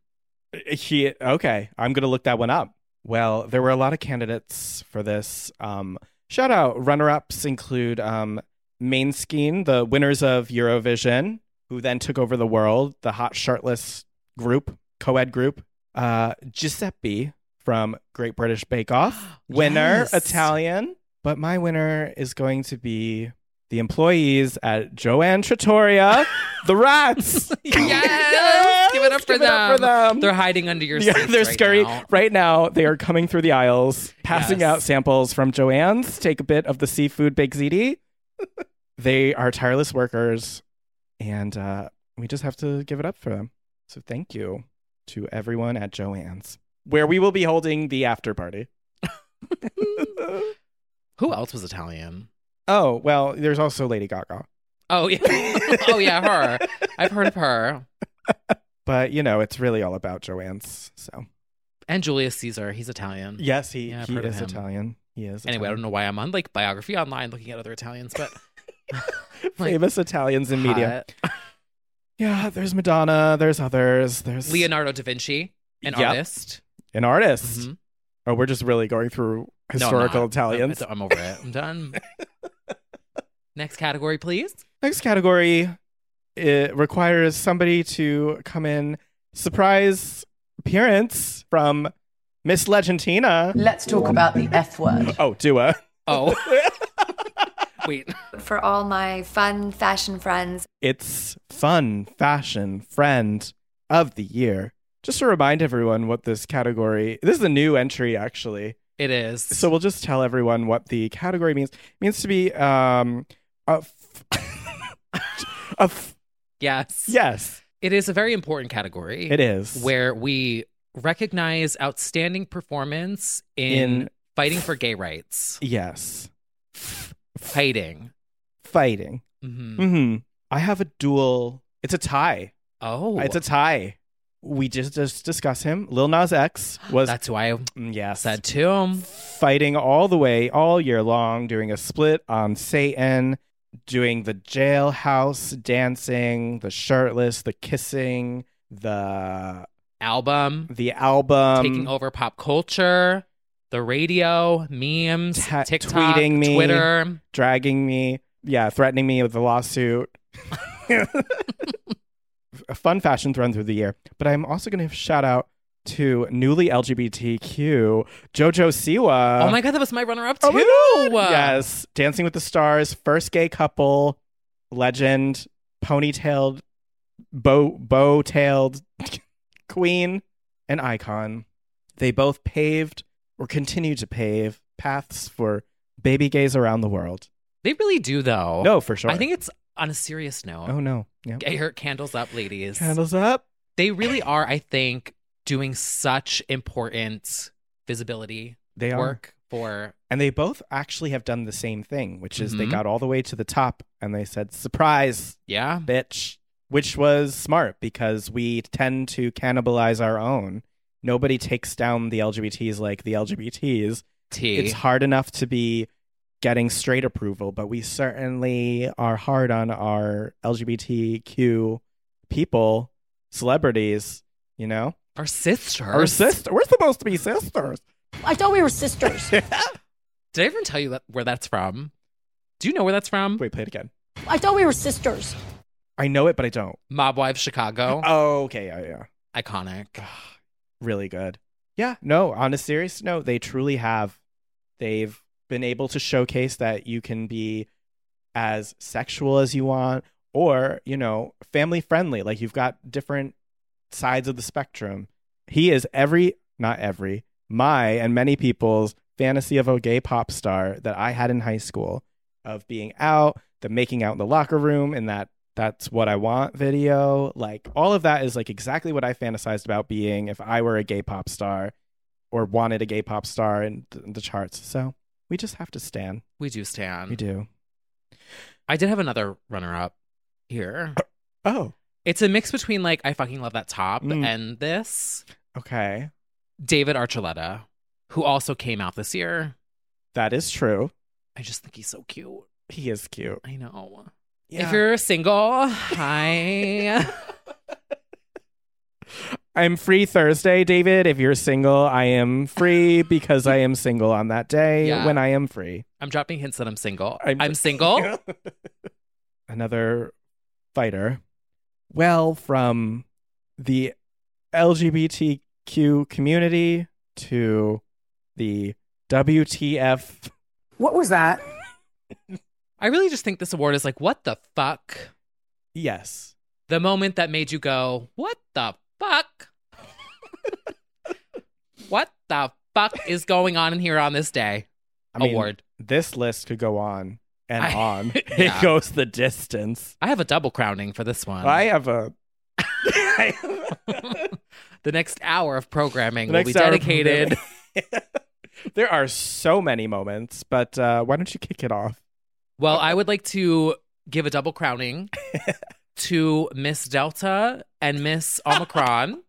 S4: He okay. I'm gonna look that one up. Well, there were a lot of candidates for this. Um, shout out runner ups include um, Mainskeen, the winners of Eurovision, who then took over the world, the hot shirtless group, co ed group. Uh, Giuseppe from Great British Bake Off, winner,
S6: Yes.
S4: Italian. But my winner is going to be the employees at Joanne Trattoria, the rats.
S6: Yes! Give it up for
S4: Give up for them.
S6: They're hiding under your
S4: Yeah,
S6: seats.
S4: they're
S6: right
S4: scurrying
S6: now.
S4: right now. They are coming through the aisles, passing
S6: Yes.
S4: out samples from Joanne's. Take a bit of the seafood baked ziti. they are tireless workers, and uh, we just have to give it up for them. So thank you to everyone at Joanne's, where we will be holding the after party.
S6: Who else was Italian?
S4: oh well, there's also Lady Gaga,
S6: Oh yeah, oh yeah, her. I've heard of her.
S4: but you know it's really all about Joanne's. So
S6: And Julius Caesar, he's Italian.
S4: yes, he
S6: Yeah, I've
S4: he
S6: heard of
S4: is
S6: him.
S4: Italian. He is
S6: Anyway, I
S4: Italian.
S6: don't know why I'm on like biography online looking at other Italians, but Uh, like,
S4: famous Italians in media.
S6: hot.
S4: Yeah, there's Madonna, there's others, there's
S6: Leonardo da Vinci, an
S4: Yep.
S6: artist.
S4: an artist.
S6: Mhm.
S4: Oh, we're just really going through
S6: No, I'm
S4: historical
S6: not.
S4: Italians.
S6: I'm, I'm over it. I'm done. Next category, please.
S4: Next category it requires somebody to come in surprise appearance from Miss Legendina.
S1: Let's talk about the F word.
S4: Oh, Dua.
S6: Oh, wait.
S5: For all my fun fashion friends,
S4: It's fun fashion friend of the year. Just to remind everyone what this category. This is a new entry actually.
S6: It is.
S4: So we'll just tell everyone what the category means. It means to be um a f- a f-
S6: Yes.
S4: yes.
S6: It is a very important category.
S4: It is.
S6: Where we recognize outstanding performance in,
S4: In-
S6: fighting for gay rights,
S4: Yes.
S6: fighting.
S4: Fighting.
S6: Mhm.
S4: Mhm. I have a dual It's a tie.
S6: Oh,
S4: It's a tie. We just just discuss him. Lil Nas X was
S6: that's who I
S4: Mm, yes.
S6: said to him.
S4: fighting all the way all year long, doing a split on Satan, doing the jailhouse dancing, the shirtless, the kissing, the
S6: Album
S4: the album
S6: taking over pop culture, the radio, memes,
S4: Ta-
S6: TikTok,
S4: tweeting me. Uh,
S6: Twitter.
S4: dragging me, yeah, threatening me with a lawsuit. a fun fashion thread through the year. But I'm also going to shout out to newly LGBTQ Jojo Siwa.
S6: oh my god, that was my runner-up too.
S4: Oh my God. Yes. Dancing with the Stars, first gay couple, legend, ponytailed, bow bow tailed queen, and icon. They both paved or continue to pave paths for baby gays around the world.
S6: they really do though.
S4: No, for sure.
S6: Oh. I think it's on a serious note.
S4: Oh no. Yeah.
S6: Get your candles up, ladies.
S4: Candles up.
S6: They really are, I think, doing such important visibility
S4: They are.
S6: work for
S4: And they both actually have done the same thing, which is they
S6: Mhm.
S4: got all the way to the top and they said, surprise,
S6: yeah.
S4: bitch, which was smart because we tend to cannibalize our own. Nobody takes down the LGBTs like the LGBTs.
S6: T.
S4: It's hard enough to be getting straight approval, but we certainly are hard on our LGBTQ people, celebrities, you know?
S6: Our sisters.
S4: Our sister. We're supposed to be sisters.
S1: I thought we were sisters.
S6: Did I ever tell you that, where that's from? Do you know where that's from?
S4: Wait, play it again.
S1: I thought we were sisters.
S4: I know it, but I don't.
S6: Mob Wives Chicago.
S4: Oh, okay. Yeah, yeah.
S6: Iconic.
S4: really good. Yeah, no, on a serious note, they truly have. They've been able to showcase that you can be as sexual as you want or, you know, family friendly. Like you've got different sides of the spectrum. He is every, not every, my and many people's fantasy of a gay pop star that I had in high school of being out, the making out in the locker room, and that that's what I want video. Like all of that is like exactly what I fantasized about being if I were a gay pop star or wanted a gay pop star in th- the charts. So we just have to stand.
S6: We do stand.
S4: We do.
S6: I did have another runner up here.
S4: Oh,
S6: It's a mix between like I fucking love that top
S4: Mm.
S6: and this.
S4: okay.
S6: David Archuleta, who also came out this year.
S4: That is true.
S6: I just think he's so cute.
S4: He is cute.
S6: I know.
S4: Yeah.
S6: If you're single, hi.
S4: I'm free Thursday, David. If you're single, I am free because I am single on that day
S6: Yeah.
S4: when I am free.
S6: I'm dropping hints that I'm single.
S4: I'm-
S6: I'm, single.
S4: Another fighter. Well, from the LGBTQ community to the WTF.
S1: What was that?
S6: I really just think this award is like, what the fuck?
S4: Yes.
S6: The moment that made you go, what the fuck? what the fuck is going on in here on this day?
S4: I mean,
S6: Award.
S4: This list could go on and
S6: I-
S4: on.
S6: Yeah. Um,
S4: It goes the distance.
S6: I have a double crowning for this one.
S4: I have a.
S6: the next hour of programming will
S4: Next
S6: be
S4: hour
S6: dedicated.
S4: programming. there are so many moments, but uh, why don't you kick it off?
S6: Well, I would like to give a double crowning to Miss Delta and Miss Omicron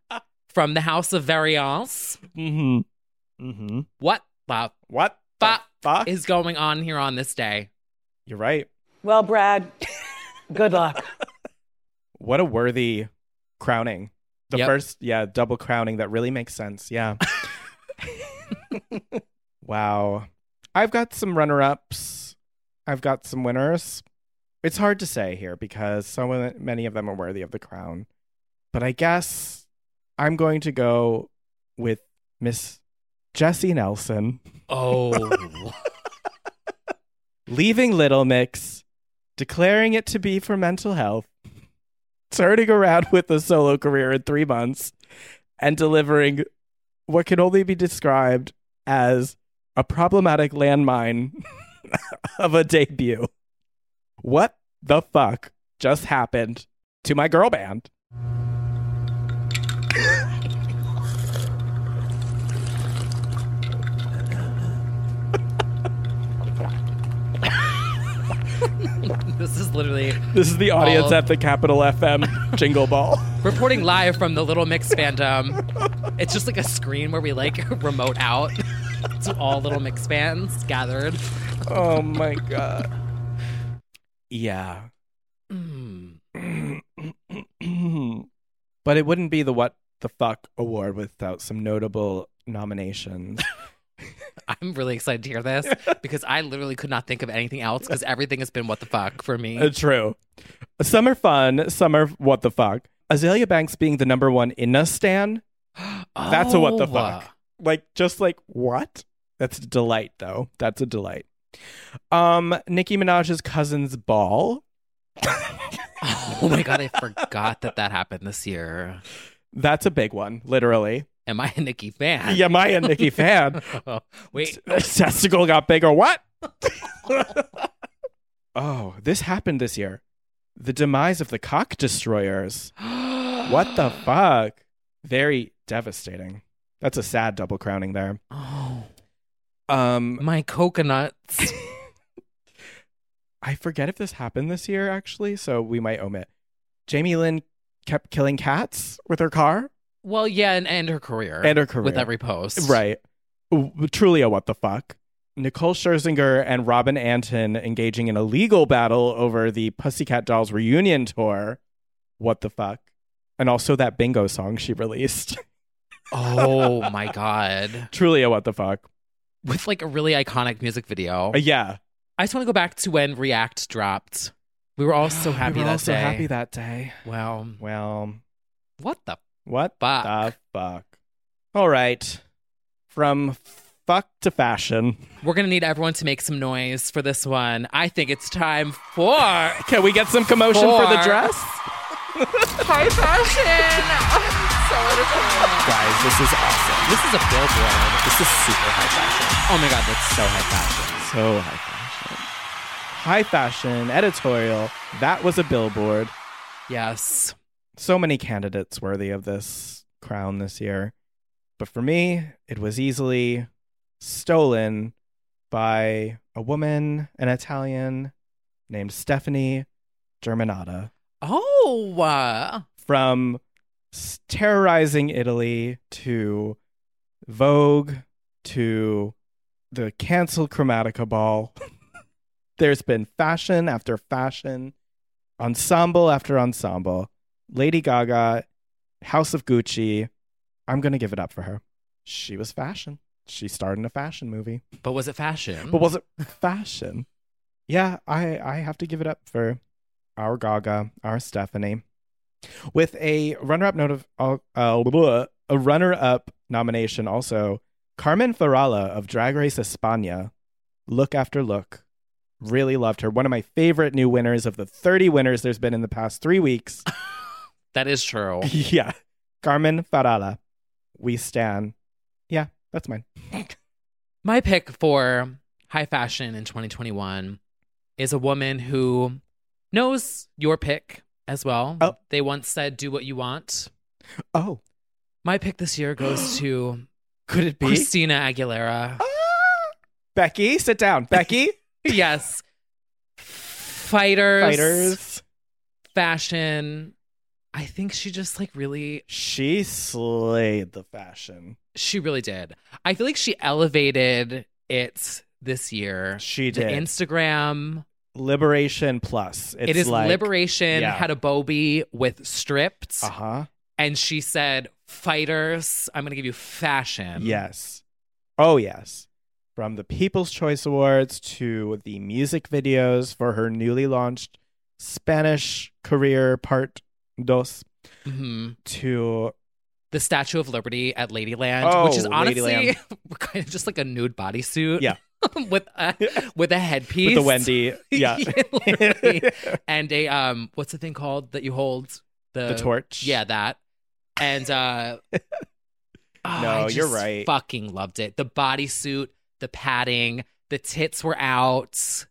S6: from the House of Variance.
S4: Mm-hmm. Mm-hmm.
S6: What the
S4: What the
S6: fuck
S4: fuck?
S6: is going on here on this day?
S4: You're right.
S8: Well, Brad, good luck.
S4: What a worthy crowning. The
S6: Yep.
S4: first, yeah, double crowning that really makes sense. Yeah. wow. I've got some runner ups. I've got some winners. It's hard to say here because so ma- many of them are worthy of the crown. But I guess I'm going to go with Miss Jessie Nelson.
S6: Oh,
S4: leaving Little Mix, declaring it to be for mental health, turning around with a solo career in three months, and delivering what can only be described as a problematic landmine of a debut. What the fuck just happened to my girl band?
S6: this is literally
S4: This is the
S6: all
S4: audience
S6: of-
S4: at the Capital FM Jingle Ball.
S6: reporting live from the Little Mix fandom. It's just like a screen where we like remote out to all Little Mix fans gathered.
S4: Oh my god. Yeah. Mm. but it wouldn't be the What the Fuck award without some notable nominations.
S6: I'm really excited to hear this because I literally could not think of anything else because everything has been what the fuck for me.
S4: Uh, true. Some are fun, some are what the fuck. Azalea Banks being the number one Inna Stan. Uh, That's a what the
S6: Oh.
S4: fuck. Like, just like, what? That's a delight, though. That's a delight. Um, Nicki Minaj's cousin's ball.
S6: Oh my god, I forgot that that happened this year.
S4: That's a big one, literally.
S6: Am I a Nicki fan? Oh,
S4: Yeah, Maya and Nicki fan.
S6: Wait,
S4: Testicle got bigger. What? oh, this happened this year. The demise of the cock destroyers. what the fuck? Very devastating. That's a sad double crowning there.
S6: oh,
S4: Um,
S6: my coconuts.
S4: I forget if this happened this year actually, so we might omit. Jamie Lynn kept killing cats with her car.
S6: Well, yeah, and, and her career.
S4: And her career.
S6: With every post.
S4: Right. W- Truly a what the fuck. Nicole Scherzinger and Robin Anton engaging in a legal battle over the Pussycat Dolls reunion tour. What the fuck? And also that bingo song she released.
S6: Oh my god.
S4: Truly a what the fuck.
S6: With like a really iconic music video.
S4: Uh, yeah.
S6: I just want to go back to when React dropped. We were all so happy
S4: we were
S6: that
S4: all so
S6: day.
S4: happy that day.
S6: wow.
S4: Well,
S6: What the
S4: what
S6: Fuck.
S4: the fuck? All right. From fuck to fashion.
S6: We're going to need everyone to make some noise for this one. I think it's time for
S4: Can we get some commotion for the
S6: Four.
S4: dress?
S5: High fashion.
S6: Oh,
S9: Guys, this is awesome.
S6: This is a billboard.
S9: This is super high fashion.
S6: Oh my god, that's so high
S4: So high fashion.
S6: fashion.
S4: High fashion editorial. That was a billboard.
S6: Yes.
S4: So many candidates worthy of this crown this year. But for me, it was easily stolen by a woman, an Italian named Stephanie Germanata
S6: Oh, uh,
S4: from s- terrorizing Italy to Vogue to the canceled Chromatica ball. There's been fashion after fashion, ensemble after ensemble. Lady Gaga, House of Gucci. I'm going to give it up for her. She was fashion. She starred in a fashion movie.
S6: but was it fashion?
S4: But was it fashion? Yeah, I I have to give it up for our Gaga, our Stephanie, with a runner-up note of uh, uh, a runner-up nomination. Also, Carmen Farala of Drag Race España, look after look, really loved her. One of my favorite new winners of the thirty winners there's been in the past three weeks.
S6: that is true.
S4: yeah, Carmen Farala, we stan. Yeah, that's mine.
S6: My pick for high fashion in 2021 is a woman who knows your pick as well.
S4: Oh.
S6: They once said, do what you want.
S4: Oh,
S6: My pick this year goes to
S4: could it be Oh.
S6: Christina Aguilera.
S4: Becky? Sit down, Becky.
S6: yes. Fighters,
S4: fighters.
S6: fashion. I think she just like really,
S4: She slayed the fashion.
S6: she really did. I feel like she elevated it this year.
S4: She
S6: The
S4: did.
S6: Instagram,
S4: Liberation plus. It's
S6: it is
S4: like,
S6: liberation
S4: yeah.
S6: had a Bobby with stripped,
S4: Uh huh.
S6: and she said, "Fighters, I'm gonna give you fashion."
S4: Yes. Oh yes. From the People's Choice Awards to the music videos for her newly launched Spanish career part dos
S6: hmm
S4: to
S6: The Statue of Liberty at Ladyland,
S4: Oh,
S6: which is honestly
S4: Ladyland.
S6: kind of just like a nude bodysuit.
S4: Yeah.
S6: with a with a
S4: with
S6: headpiece.
S4: the Wendy. Yeah.
S6: literally. and a um what's the thing called that you hold the,
S4: The torch.
S6: Uh, yeah that and uh oh, I
S4: No, you're
S6: just
S4: right.
S6: fucking loved it the bodysuit the padding, the tits were out.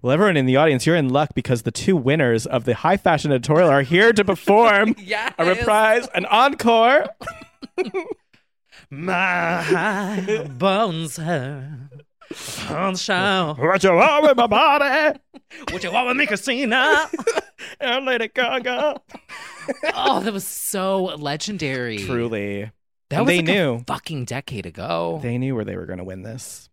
S4: Well, everyone in the audience, you're in luck because the two winners of the high fashion editorial are here to perform a reprise, an encore.
S6: My bones hurt. On show.
S4: What you want with my body?
S6: What you want with me, Christina?
S4: and Lady Gaga.
S6: oh, that was so legendary.
S4: Truly.
S6: That
S4: And
S6: was
S4: they
S6: like a
S4: knew.
S6: fucking decade ago.
S4: They knew where they were going to win this.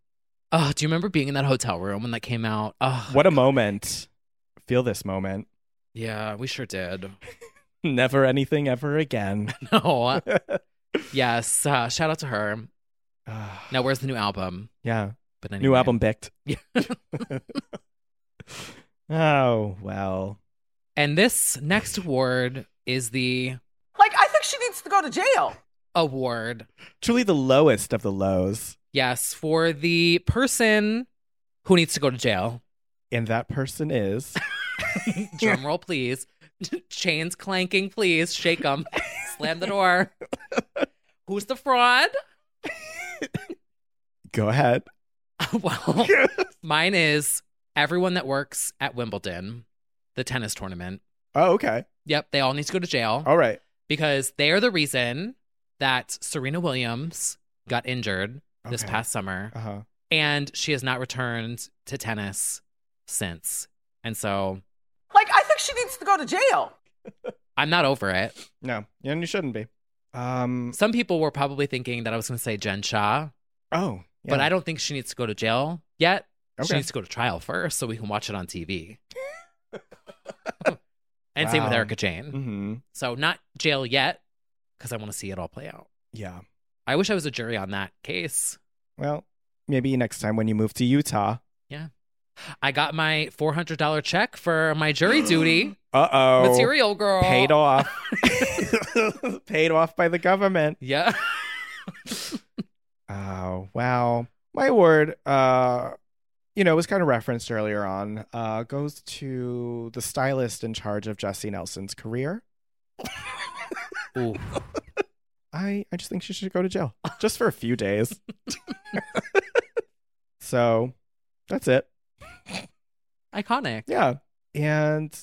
S6: Oh, do you remember being in that hotel room when that came out? Oh,
S4: What a moment. Feel this moment.
S6: yeah, we sure did.
S4: Never anything ever again.
S6: No. uh, yes. Uh, shout out to her. Now, where's the new album?
S4: Yeah.
S6: But
S4: New
S6: anyway.
S4: album picked.
S6: Yeah.
S4: Oh, well.
S6: and this next award is the
S5: Like, I think she needs to go to jail.
S6: award
S4: Truly the lowest of the lows.
S6: Yes, for the person who needs to go to jail.
S4: And that person is.
S6: Drum roll, please. Chains clanking, please. Shake them. Slam the door. Who's the fraud?
S4: Go ahead.
S6: well, mine is everyone that works at Wimbledon, the tennis tournament.
S4: Oh, okay.
S6: Yep, they all need to go to jail
S4: All right.
S6: because they are the reason that Serena Williams got injured this
S4: Okay.
S6: past summer.
S4: Uh huh.
S6: and she has not returned to tennis since. And so
S5: Like, I think she needs to go to jail.
S6: I'm not over it.
S4: No, and you shouldn't be. Um.
S6: Some people were probably thinking that I was going to say Jen Shah,
S4: Oh, yeah.
S6: but I don't think she needs to go to jail yet. She
S4: Okay.
S6: needs to go to trial first so we can watch it on TV. and same with
S4: Wow.
S6: Erica Jane.
S4: Mm-hmm.
S6: So not jail yet because I want to see it all play out.
S4: Yeah.
S6: I wish I was a jury on that case.
S4: Well, maybe next time when you move to Utah.
S6: I got my $400 check for my jury duty.
S4: Uh oh.
S6: Material girl.
S4: Paid off. paid off by the government.
S6: Yeah.
S4: Oh wow. My word. Uh, you know, it was kind of referenced earlier on. Uh, goes to the stylist in charge of Jesse Nelson's career.
S6: Ooh.
S4: I, I just think she should go to jail just for a few days. so that's it.
S6: Iconic.
S4: Yeah. And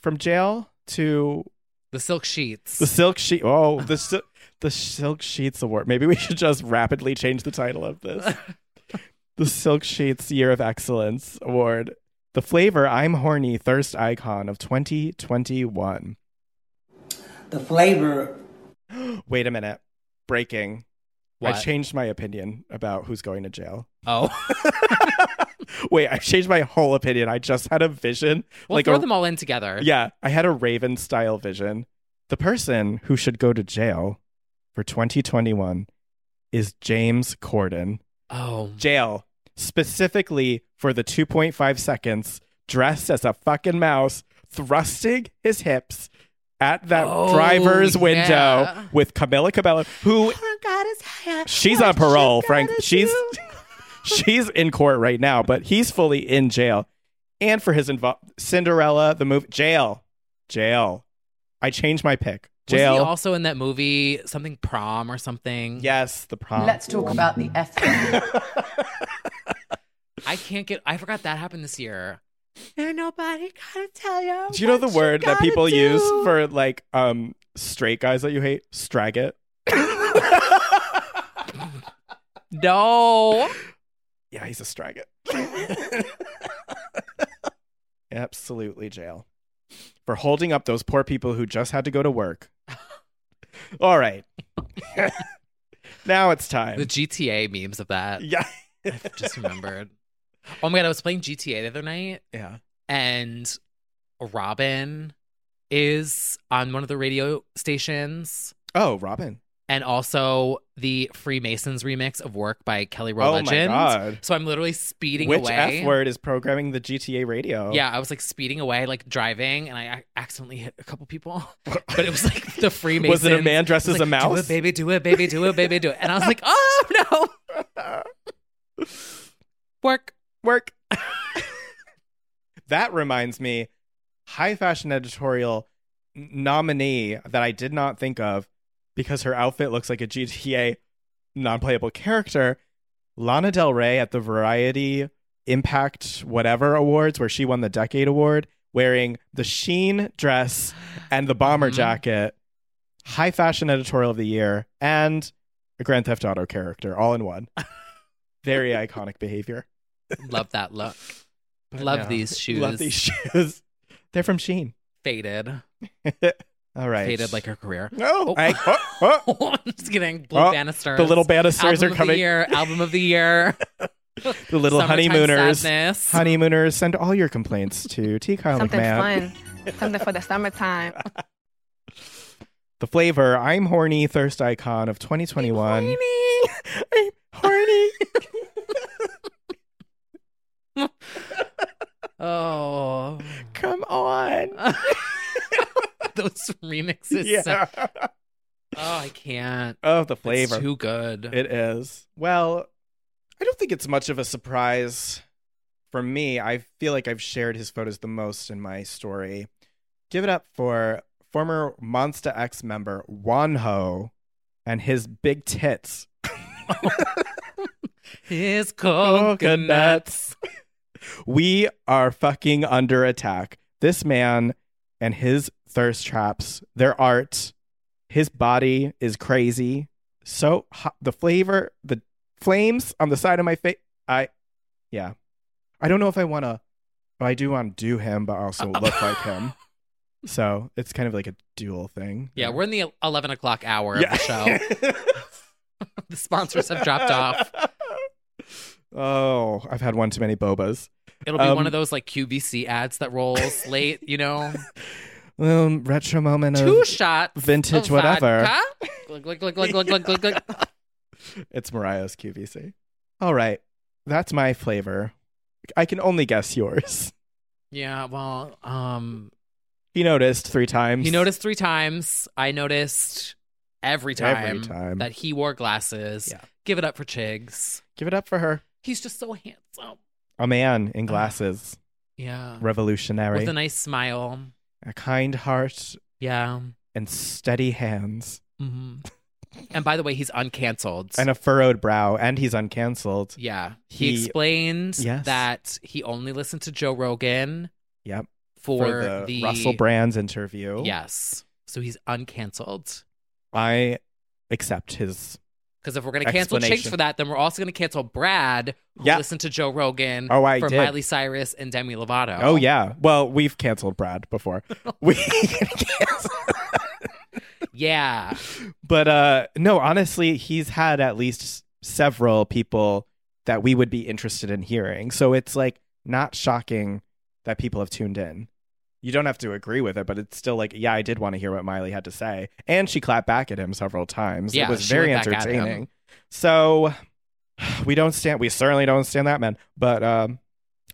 S4: from jail to
S6: The silk sheets.
S4: the silk sheet. Oh, the si- the silk sheets award. Maybe we should just rapidly change the title of this. the silk sheets year of excellence award. The flavor I'm horny thirst icon of 2021.
S10: The flavor.
S4: Wait a minute. Breaking. I
S6: What?
S4: changed my opinion about who's going to jail.
S6: oh.
S4: Wait, I've changed my whole opinion. I just had a vision.
S6: We'll
S4: like
S6: throw
S4: a,
S6: them all in together.
S4: Yeah, I had a Raven style vision. The person who should go to jail for 2021 is James Corden.
S6: Oh,
S4: Jail, specifically for the 2.5 seconds, dressed as a fucking mouse, thrusting his hips at that
S6: Oh,
S4: driver's window
S6: yeah.
S4: with Camilla Cabello, who she's on parole, Frank. She's she's in court right now, but he's fully in jail. And for his involve Cinderella, the movie jail, jail. I changed my pick. Jail.
S6: Was he also in that movie something prom or something?
S4: yes, the
S1: Uh.
S4: prom.
S11: Let's talk about the F.
S6: I can't get. I forgot that happened this year.
S11: Ain't nobody gotta tell you.
S4: do you know the
S11: what
S4: word that
S11: gotta
S4: people
S11: do.
S4: use for like um straight guys that you hate? Strag it.
S6: No.
S4: Yeah, he's a strag it. Absolutely jail for holding up those poor people who just had to go to work. All right. now it's time.
S6: the GTA memes of that.
S4: yeah.
S6: I just remembered. Oh my god, I was playing GTA the other night,
S4: Yeah.
S6: and Robin is on one of the radio stations,
S4: Oh, Robin.
S6: and also the Freemasons remix of "Work" by Kelly
S4: oh
S6: Rowe Legend.
S4: my god.
S6: So I'm literally speeding
S4: Which
S6: away.
S4: F word is programming the GTA radio?
S6: Yeah, I was like speeding away, like driving, and I ac- accidentally hit a couple people. but it was like the Freemason.
S4: Was it a man dressed as a
S6: Do
S4: mouse?
S6: it, baby, do it, baby, do it, baby, do it. And I was like, oh no. Work.
S4: Work. that reminds me, high fashion editorial n- nominee that I did not think of because her outfit looks like a GTA non playable character Lana Del Rey at the Variety Impact whatever awards where she won the Decade Award wearing the sheen dress and the bomber jacket, high fashion editorial of the year, and a Grand Theft Auto character all in one. Very iconic behavior.
S6: Love that look. Love
S4: Yeah.
S6: these shoes.
S4: Love these shoes. They're from Sheen.
S6: Faded.
S4: All right.
S6: Faded like her career.
S4: No.
S6: Oh.
S4: I- oh, oh.
S6: Just kidding. Blue
S4: Oh,
S6: Bannisters.
S4: the little Bannisters
S6: Album
S4: are
S6: of the
S4: coming.
S6: year, album of the year.
S4: the little
S6: Summertime
S4: honeymooners.
S6: sadness.
S4: Honeymooners, send all your complaints to T. Kyle
S12: Something
S4: McMahon.
S12: fun. Something for the summertime.
S4: The flavor, I'm horny thirst icon of 2021. horny.
S6: Oh.
S4: Come on.
S6: Those remixes.
S4: Yeah.
S6: so- Oh, I can't.
S4: Oh, the
S6: It's
S4: flavor.
S6: too good.
S4: It is. Well, I don't think it's much of a surprise for me. I feel like I've shared his photos the most in my story. Give it up for former Monster X member Wanho and his big tits.
S6: His coconuts.
S4: we are fucking under attack. This man and his thirst traps, their art, his body is crazy. So hot. the flavor, the flames on the side of my face. I, yeah, I don't know if I want to. I do want to do him, but also look like him. So it's kind of like a dual thing.
S6: Yeah, we're in the 11 o'clock hour
S4: Yeah.
S6: of the show. the sponsors have dropped off.
S4: Oh, I've had one too many bobas.
S6: It'll be
S4: Um,
S6: one of those like QVC ads that rolls late, you know?
S4: um, retro moment of
S6: Two shots. of
S4: vintage whatever.
S6: vodka. Glug, glug, glug, glug, glug, glug, glug, glug.
S4: It's Mariah's QVC. All right, that's my flavor. I can only guess yours.
S6: Yeah, well, um,
S4: He noticed three times.
S6: He noticed three times. I noticed every time,
S4: Every time.
S6: that he wore glasses. Give it up for Chigs.
S4: Give it up for her.
S6: He's just so handsome.
S4: A man
S6: Uh,
S4: in glasses,
S6: Yeah.
S4: revolutionary,
S6: With a nice smile.
S4: a kind heart,
S6: yeah,
S4: and steady hands,
S6: hmm And by the way, he's uncanceled.
S4: and a furrowed brow, and he's uncanceled.
S6: yeah. He,
S4: He-
S6: explained
S4: Yes.
S6: that he only listened to Joe Rogan
S4: Yep.
S6: for,
S4: the,
S6: the
S4: Russell Brand's interview.
S6: Yes. So he's uncanceled.
S4: I accept his.
S6: Because if we're going to cancel Chicks
S4: Explanation.
S6: for that, then we're also going to cancel Brad, who
S4: Yeah.
S6: listened to Joe Rogan
S4: Oh, I
S6: for
S4: did.
S6: Miley Cyrus and Demi Lovato.
S4: Oh yeah. Well, we've canceled Brad before. we
S6: Yeah.
S4: But uh no, honestly, he's had at least several people that we would be interested in hearing. So it's like not shocking that people have tuned in. You don't have to agree with it, but it's still like, yeah, I did want to hear what Miley had to say. And she clapped back at him several times.
S6: Yeah,
S4: it was
S6: she
S4: very
S6: went back at him.
S4: entertaining. So we don't stand we certainly don't stand that man. But um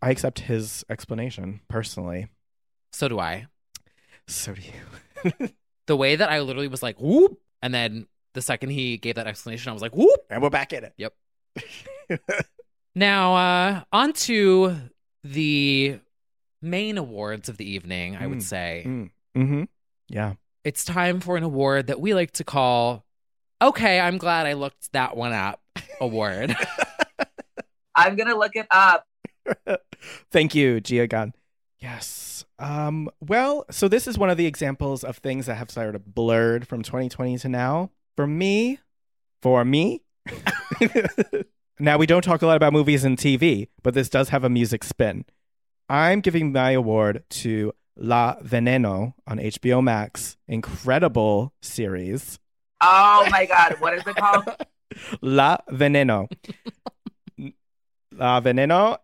S4: I accept his explanation personally.
S6: So do I.
S4: So do you.
S6: The way that I literally was like, whoop. And then the second he gave that explanation, I was like, whoop.
S4: And we're back at it.
S6: Yep. now, uh, on to the main awards of the evening, I would
S4: Mm,
S6: say.
S4: Mm-hmm. Yeah.
S6: It's time for an award that we like to call, okay, I'm glad I looked that one up award.
S13: I'm gonna look it up.
S4: Thank you, Giagan. Yes. Um, well, so this is one of the examples of things that have sort of blurred from 2020 to now. For me, for me. now, we don't talk a lot about movies and TV, but this does have a music spin. I'm giving my award to La Veneno on HBO Max. Incredible series.
S13: Oh my god, what is it called?
S4: La Veneno. La Veneno,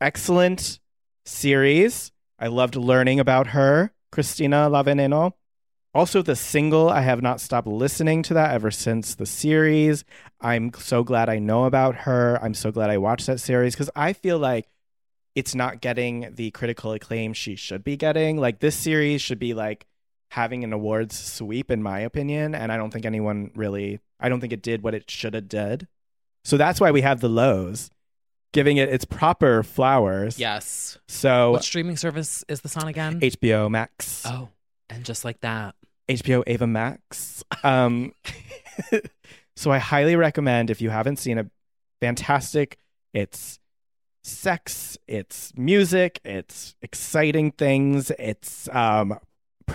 S4: excellent series. I loved learning about her, Christina La Veneno. Also, the single, I have not stopped listening to that ever since the series. I'm so glad I know about her. I'm so glad I watched that series because I feel like it's not getting the critical acclaim she should be getting. Like, this series should be like having an awards sweep, in my opinion. And I don't think anyone really, I don't think it did what it should have did. So that's why we have the lows, giving it its proper flowers.
S6: yes.
S4: So uh,
S6: What streaming service is this on again?
S4: HBO Max.
S6: Oh, and just like that.
S4: HBO Ava Max. Um, so I highly recommend if you haven't seen it, fantastic. It's sex, it's music, it's exciting things, it's um,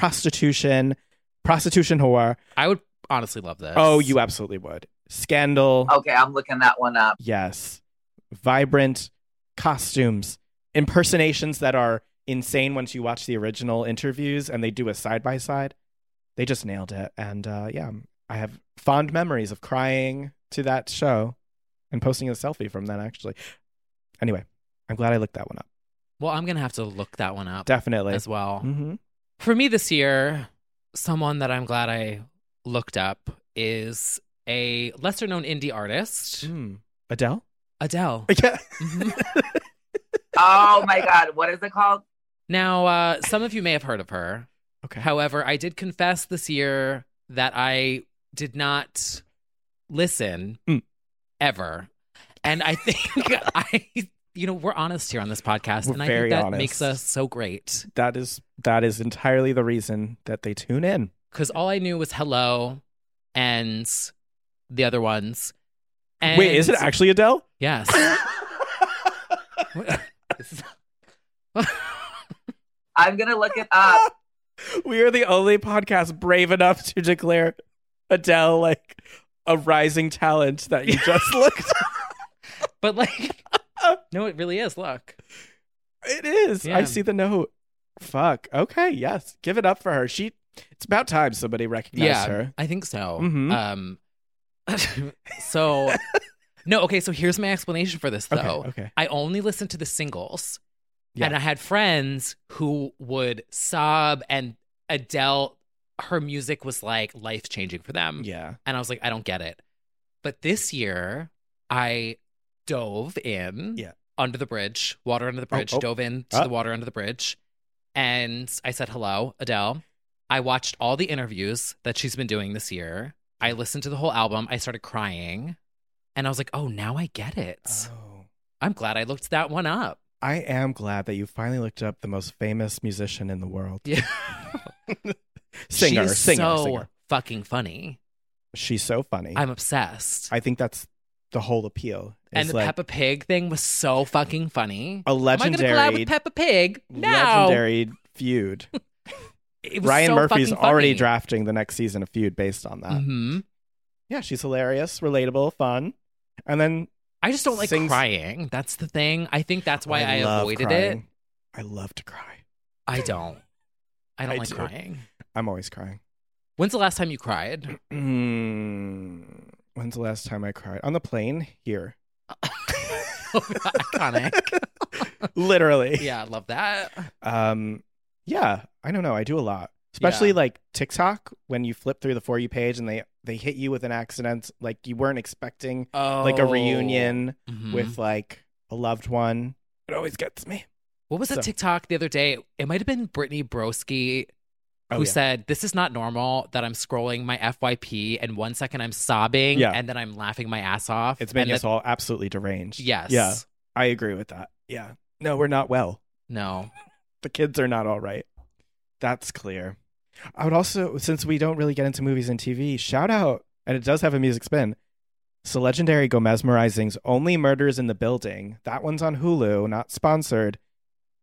S4: prostitution, prostitution whore.
S6: I would honestly love this.
S4: Oh, you absolutely would. Scandal.
S13: Okay, I'm looking that one up.
S4: Yes. Vibrant costumes, impersonations that are insane once you watch the original interviews and they do a side by side. They just nailed it. And uh, yeah, I have fond memories of crying to that show and posting a selfie from that, actually. Anyway, I'm glad I looked that one up.
S6: Well, I'm going to have to look that one up.
S4: Definitely.
S6: As well.
S4: Mhm.
S6: For me this year, someone that I'm glad I looked up is a lesser known indie artist,
S4: Mm. Adele?
S6: Adele.
S4: Yeah.
S13: Oh my God, what is it called?
S6: Now, uh, some of you may have heard of her.
S4: Okay.
S6: However, I did confess this year that I did not listen
S4: Mm.
S6: ever. And I think I, you know, we're honest here on this podcast.
S4: We're
S6: and I
S4: very
S6: think that
S4: honest.
S6: makes us so great.
S4: That is that is entirely the reason that they tune in.
S6: Because all I knew was hello and the other ones. And
S4: Wait, is it actually Adele?
S6: Yes.
S13: I'm gonna look
S6: Uh,
S13: it up.
S4: Ah! We are the only podcast brave enough to declare Adele like a rising talent that you just looked.
S6: but like, no, it really is. Look,
S4: it is. I
S6: Yeah.
S4: see the note. Fuck. Okay. Yes. Give it up for her. She. It's about time somebody recognized
S6: yeah,
S4: her.
S6: I think so.
S4: Mhm.
S6: Um, so no, okay. So here's my explanation for this, though.
S4: Okay, okay.
S6: I only listened to the singles,
S4: Yeah.
S6: and I had friends who would sob, and Adele, her music was like life changing for them.
S4: Yeah.
S6: and I was like, I don't get it. But this year, I dove in
S4: Yeah.
S6: under the bridge, water under the
S4: Oh,
S6: bridge,
S4: oh.
S6: dove into
S4: Ah.
S6: the water under the bridge. And I said, hello, Adele. I watched all the interviews that she's been doing this year. I listened to the whole album. I started crying. And I was like, oh, now I get it.
S4: Uh.
S6: I'm glad I looked that one up.
S4: Oh. I am glad that you finally looked up the most famous musician in the world.
S6: Yeah.
S4: singer,
S6: she is
S4: singer,
S6: so
S4: singer.
S6: fucking funny.
S4: She's so funny.
S6: I'm obsessed.
S4: I think that's the whole appeal.
S6: And
S4: is,
S6: the
S4: like,
S6: Peppa Pig thing was so fucking funny.
S4: a legendary,
S6: Am I gonna collab with Peppa Pig? No.
S4: legendary feud.
S6: It was
S4: Ryan
S6: so
S4: Murphy's
S6: fucking
S4: already
S6: funny.
S4: drafting the next season of feud based on that.
S6: Mhm.
S4: Yeah, she's hilarious, relatable, fun, and then
S6: I just don't like
S4: sings-
S6: crying. That's the thing. I think that's why I,
S4: love
S6: avoided it.
S4: crying. I love to cry.
S6: I don't. I don't
S4: I
S6: like
S4: do.
S6: crying.
S4: I'm always crying.
S6: When's the last time you cried?
S4: Mm, when's the last time I cried? On the plane here.
S6: Iconic.
S4: Literally.
S6: yeah, I love that.
S4: Um, yeah, I don't know. I do a lot, especially
S6: Yeah.
S4: like TikTok when you flip through the for you page and they they hit you with an accident like you weren't expecting,
S6: Oh,
S4: like a reunion
S6: mhm.
S4: with like a loved one. It always gets me.
S6: What was
S4: So-
S6: that TikTok the other day? It might have been Brittany Broski
S4: Oh,
S6: who
S4: yeah.
S6: said, This is not normal that I'm scrolling my FYP and one second I'm sobbing
S4: Yeah.
S6: and then I'm laughing my ass off.
S4: It's
S6: and
S4: making us
S6: that-
S4: all absolutely deranged.
S6: Yes.
S4: Yeah, I agree with that. Yeah. No, we're not well.
S6: No.
S4: The kids are not all right. That's clear. I would also, since we don't really get into movies and TV, shout out, and it does have a music spin. So legendary Go Mesmerizing's Only Murders in the Building. That one's on Hulu, not sponsored.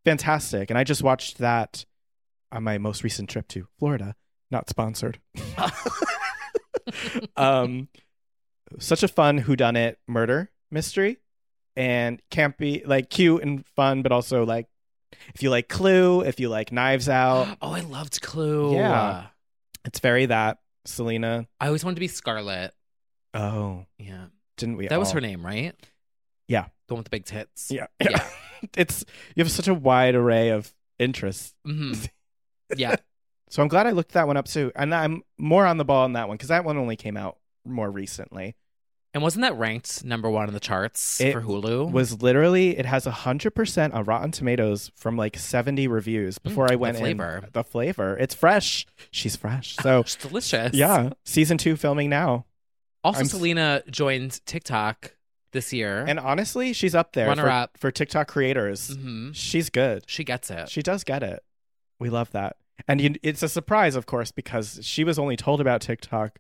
S4: Fantastic. And I just watched that on my most recent trip to Florida, not sponsored. um, such a fun whodunit murder mystery and can't be like cute and fun, but also like if you like Clue, if you like Knives Out,
S6: Oh, I loved Clue.
S4: Yeah. it's very that. Selena.
S6: I always wanted to be Scarlet.
S4: Oh,
S6: Yeah.
S4: didn't we?
S6: That was
S4: all?
S6: her name, right?
S4: Oh. Yeah.
S6: The one with the big tits.
S4: Yeah.
S6: Yeah.
S4: it's you have such a wide array of interests.
S6: hmm Yeah.
S4: So I'm glad I looked that one up too. And I'm more on the ball on that one because that one only came out more recently.
S6: And wasn't that ranked number one in the charts
S4: It
S6: for Hulu?
S4: Was literally it has hundred percent on Rotten Tomatoes from like seventy reviews before I
S6: Mm, the
S4: went in.
S6: flavor.
S4: The flavor. It's fresh. She's fresh. So
S6: It's delicious.
S4: yeah. Season two filming now.
S6: Also,
S4: I'm-
S6: Selena joined TikTok this year.
S4: And honestly, she's up there
S6: Runner
S4: for,
S6: up.
S4: for TikTok creators.
S6: Mhm.
S4: She's good.
S6: she gets it.
S4: She does get it. We love that. And you, it's a surprise, of course, because she was only told about TikTok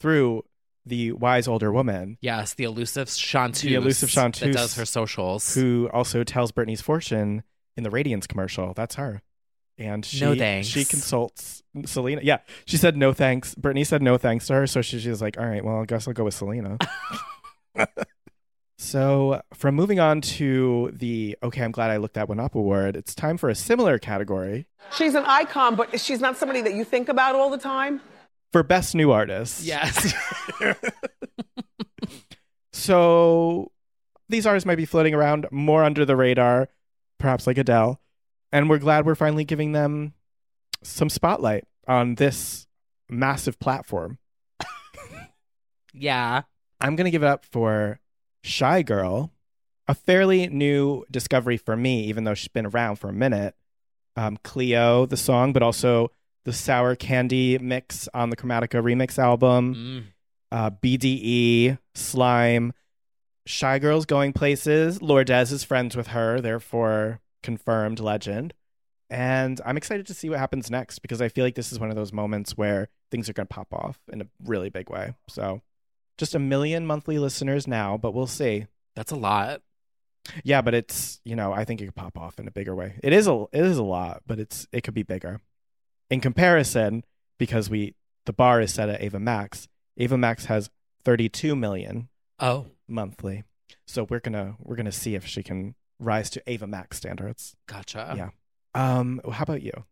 S4: through the wise older woman.
S6: Yes, the elusive Chanteuse.
S4: The elusive Chanteuse.
S6: That does her socials.
S4: Who also tells Brittany's fortune in the Radiance commercial. That's her. And she,
S6: No thanks.
S4: she consults Selena. Yeah, she said no thanks. Brittany said no thanks to her. So she, she was like, all right, well, I guess I'll go with Selena. so from moving on to the Okay, I'm Glad I Looked That One Up award, it's time for a similar category
S5: She's an icon, but she's not somebody that you think about all the time.
S4: for Best New Artist.
S6: Yes.
S4: So these artists might be floating around more under the radar, perhaps like Adele. And we're glad we're finally giving them some spotlight on this massive platform.
S6: yeah.
S4: I'm going to give it up for Shy Girl, a fairly new discovery for me, even though she's been around for a minute. Um, Cleo, the song, but also the Sour Candy mix on the Chromatica remix album uh, BDE, Slime, Shy Girls Going Places. Lourdes is friends with her, therefore confirmed legend. And I'm excited to see what happens next because I feel like this is one of those moments where things are going to pop off in a really big way. So just a million monthly listeners now, but we'll see.
S6: That's a lot.
S4: Yeah, but it's, you know, I think it could pop off in a bigger way. It is a it is a lot, but it's it could be bigger. In comparison, because we the bar is set at Ava Max, Ava Max has 32 million
S6: Oh.
S4: monthly. So we're going to we're going to see if she can rise to Ava Max standards.
S6: Gotcha.
S4: Yeah. Um how about you?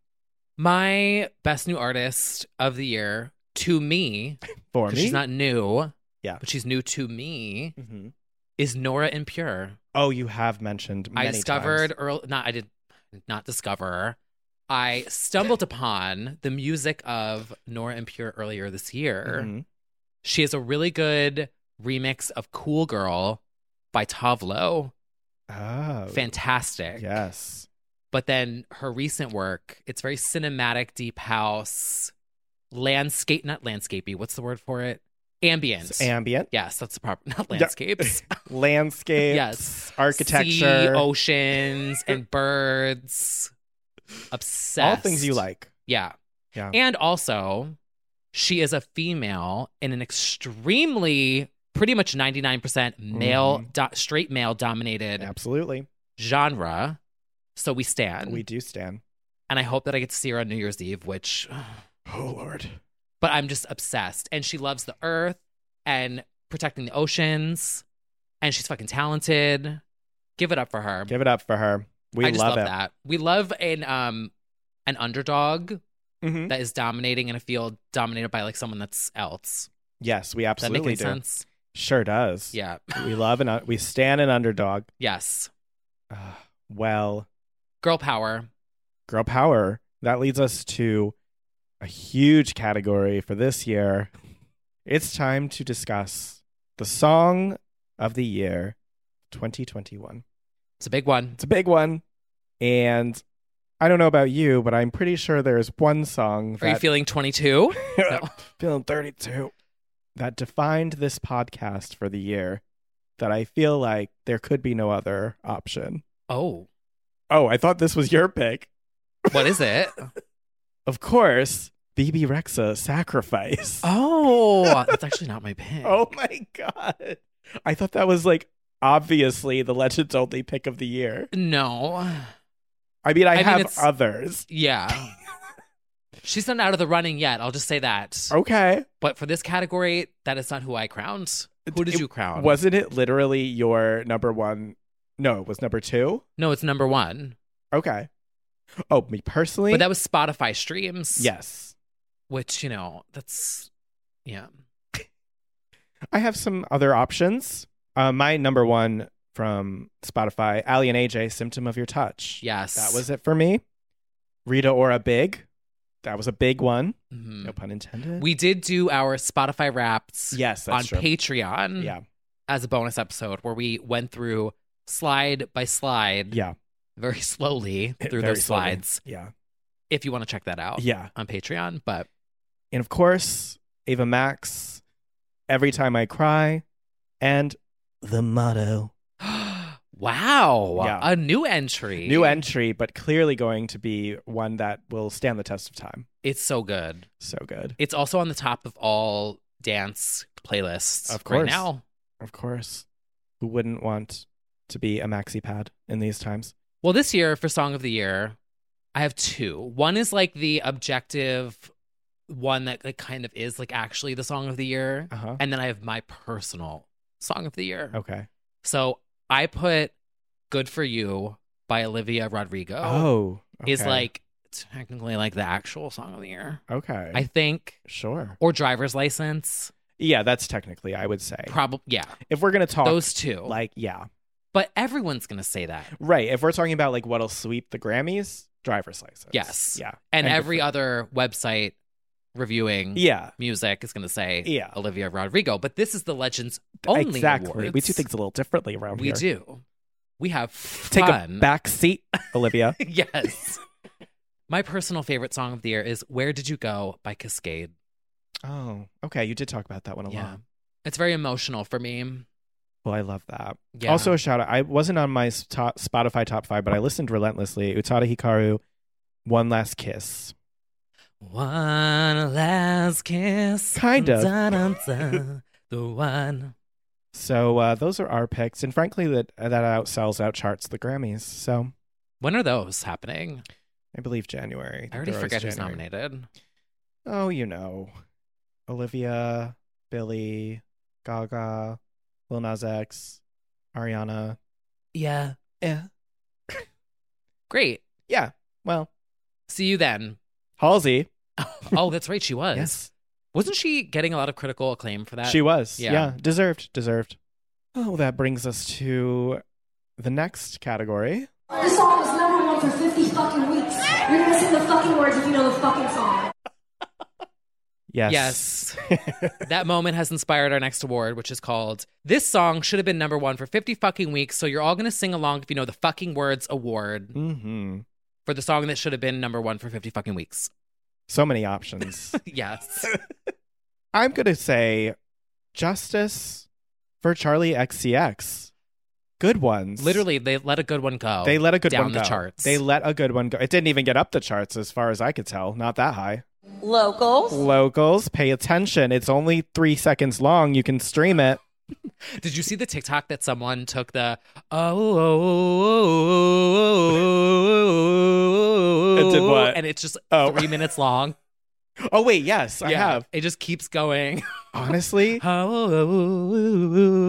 S6: My best new artist of the year to me,
S4: For
S6: 'cause
S4: me?
S6: she's not new,
S4: Yeah.
S6: but she's new to me,
S4: Mhm.
S6: is Nora Impure.
S4: Oh, you have mentioned many
S6: I discovered
S4: times.
S6: early, not I did not discover. I stumbled upon the music of Nora Impure earlier this year.
S4: Mhm.
S6: She has a really good remix of Cool Girl by Tavlo.
S4: Oh.
S6: Fantastic.
S4: Yes.
S6: But then her recent work, it's very cinematic, deep house, landscape, not landscapey. What's the word for it? Ambient.
S4: It's ambient.
S6: yes, that's the proper, not landscapes.
S4: Landscapes.
S6: yes. Sea,
S4: Architecture.
S6: oceans, and birds.
S4: all
S6: Obsessed.
S4: things you like.
S6: Yeah.
S4: Yeah.
S6: And also, she is a female in an extremely, pretty much 99% male,
S4: Mm-hmm.
S6: do- straight male dominated
S4: Absolutely.
S6: genre. So we stand.
S4: We do stand.
S6: and I hope that I get to see her on New Year's Eve, which,
S4: Oh lord.
S6: but I'm just obsessed. And she loves the earth and protecting the oceans. And she's fucking talented. Give it up for her.
S4: Give it up for her. We
S6: I just
S4: love,
S6: love
S4: it.
S6: that. We love an um an underdog
S4: Mhm.
S6: that is dominating in a field dominated by like someone that's else.
S4: Yes, we
S6: Does that make
S4: absolutely
S6: any
S4: do.
S6: sense?
S4: Sure does.
S6: Yeah.
S4: we love and we stand an underdog.
S6: Yes.
S4: Well,
S6: Girl power.
S4: girl power. That leads us to a huge category for this year. It's time to discuss the song of the year 2021.
S6: It's a big one.
S4: It's a big one. And I don't know about you, but I'm pretty sure there's one song
S6: Are you
S4: that
S6: feeling 22?
S4: feeling 32 that defined this podcast for the year that I feel like there could be no other option.
S6: Oh,
S4: Oh, I thought this was your pick.
S6: what is it?
S4: Of course, BB Rexa sacrifice.
S6: Oh, that's actually not my pick.
S4: Oh my god. I thought that was like obviously the legends only pick of the year.
S6: No.
S4: I mean, I,
S6: I mean,
S4: have
S6: it's-
S4: others.
S6: Yeah. She's not out of the running yet. I'll just say that.
S4: Okay.
S6: But for this category, that is not who I crowned. Who did
S4: It-
S6: you crown?
S4: Wasn't it literally your number one? No, it was number two.
S6: no, it's number one.
S4: Okay. Oh, me personally?
S6: But that was Spotify streams.
S4: yes.
S6: Which, you know, that's, yeah.
S4: I have some other options. Uh, my number one from Spotify, Ali and AJ, Symptom of Your Touch.
S6: Yes.
S4: That was it for me. Rita Ora Big. That was a big one.
S6: Mhm.
S4: No pun intended.
S6: We did do our Spotify wraps
S4: yes,
S6: on
S4: that's true.
S6: Patreon
S4: Yeah.
S6: as a bonus episode where we went through slide by slide
S4: Yeah.
S6: very slowly through
S4: Very
S6: those
S4: slowly.
S6: slides. Oh.
S4: Yeah.
S6: If you want to check that out
S4: Yeah.
S6: on Patreon. But
S4: And of course, Ava Max, Every Time I Cry, and The Motto.
S6: wow,
S4: Yeah.
S6: a new entry.
S4: New entry, but clearly going to be one that will stand the test of time.
S6: It's so good.
S4: So good.
S6: It's also on the top of all dance playlists
S4: Of course.
S6: right now.
S4: Of course. Who wouldn't want to be a maxi pad in these times?
S6: Well, this year for Song of the Year, I have two. One is like the objective one that like, kind of is like actually the Song of the Year.
S4: Uh-huh. Oh.
S6: And then I have my personal Song of the Year.
S4: Okay.
S6: So I put Good For You by Olivia Rodrigo.
S4: Oh,
S6: Is
S4: okay.
S6: like technically like the actual Song of the Year.
S4: Okay.
S6: I think.
S4: Sure.
S6: Or Driver's License.
S4: Yeah, that's technically, I would say.
S6: Probably, yeah.
S4: If we're going to talk
S6: Those two.
S4: Oh, Like, yeah.
S6: But everyone's going to say that.
S4: Right. If we're talking about like what'll sweep the Grammys, driver's license.
S6: Yes.
S4: Yeah.
S6: And,
S4: good
S6: every other website reviewing
S4: Yeah.
S6: music is going to say
S4: Yeah.
S6: Olivia Rodrigo. But this is the Legends
S4: for-
S6: only
S4: exactly.
S6: awards.
S4: We do things a little differently around
S6: We
S4: here.
S6: do. We have
S4: Take
S6: fun.
S4: a back seat, Olivia.
S6: yes. My personal favorite song of the year is Where Did You Go by Cascade.
S4: oh, okay. You did talk about that one a
S6: Yeah.
S4: lot.
S6: It's very emotional for me.
S4: Well, I love that.
S6: Yeah.
S4: Also, a shout out. I wasn't on my s- top, Spotify top five, but I listened relentlessly. Utada Hikaru, One Last Kiss.
S6: One last kiss.
S4: Kind of.
S6: Dun-dun-dun. the one.
S4: So uh, those are our picks, and frankly, that that outsells outcharts the Grammys. So
S6: When are those happening?
S4: I believe January.
S6: I already
S4: They're always
S6: forget who's
S4: January.
S6: nominated.
S4: Oh, you know, Olivia, Billy, Gaga, Lil Nas X, Ariana.
S6: Yeah.
S4: Yeah.
S6: Great.
S4: Yeah. Well,
S6: See you then.
S4: Halsey.
S6: Oh, that's right. She was.
S4: Yes.
S6: Wasn't she getting a lot of critical acclaim for that?
S4: she was. Yeah. Deserved. Deserved. Oh, that brings us to the next category.
S1: This song was number one for 50 fucking weeks. You're gonna sing the fucking words if you know the fucking song.
S4: Yes.
S6: Yes. that moment has inspired our next award, which is called This Song Should Have Been Number One for 50 Fucking Weeks. So you're all going to sing along if you know the fucking words award
S4: Mm-hmm.
S6: for the song that should have been number one for 50 fucking weeks.
S4: So many options.
S6: yes.
S4: I'm gonna say justice for Charlie XCX. Good ones.
S6: Literally, they let a good one go.
S4: They let a good
S6: down
S4: one
S6: the
S4: go.
S6: charts.
S4: They let a good one go. It didn't even get up the charts as far as I could tell. Not that high.
S11: Locals.
S4: Locals, pay attention. It's only three seconds long. You can stream it.
S6: Did you see the TikTok that someone took the oh, oh, oh, oh,
S4: It did what?
S6: and it's just
S4: Oh.
S6: three minutes long.
S4: Oh wait, yes, I
S6: Yeah,
S4: have.
S6: It just keeps going.
S4: Honestly,
S6: that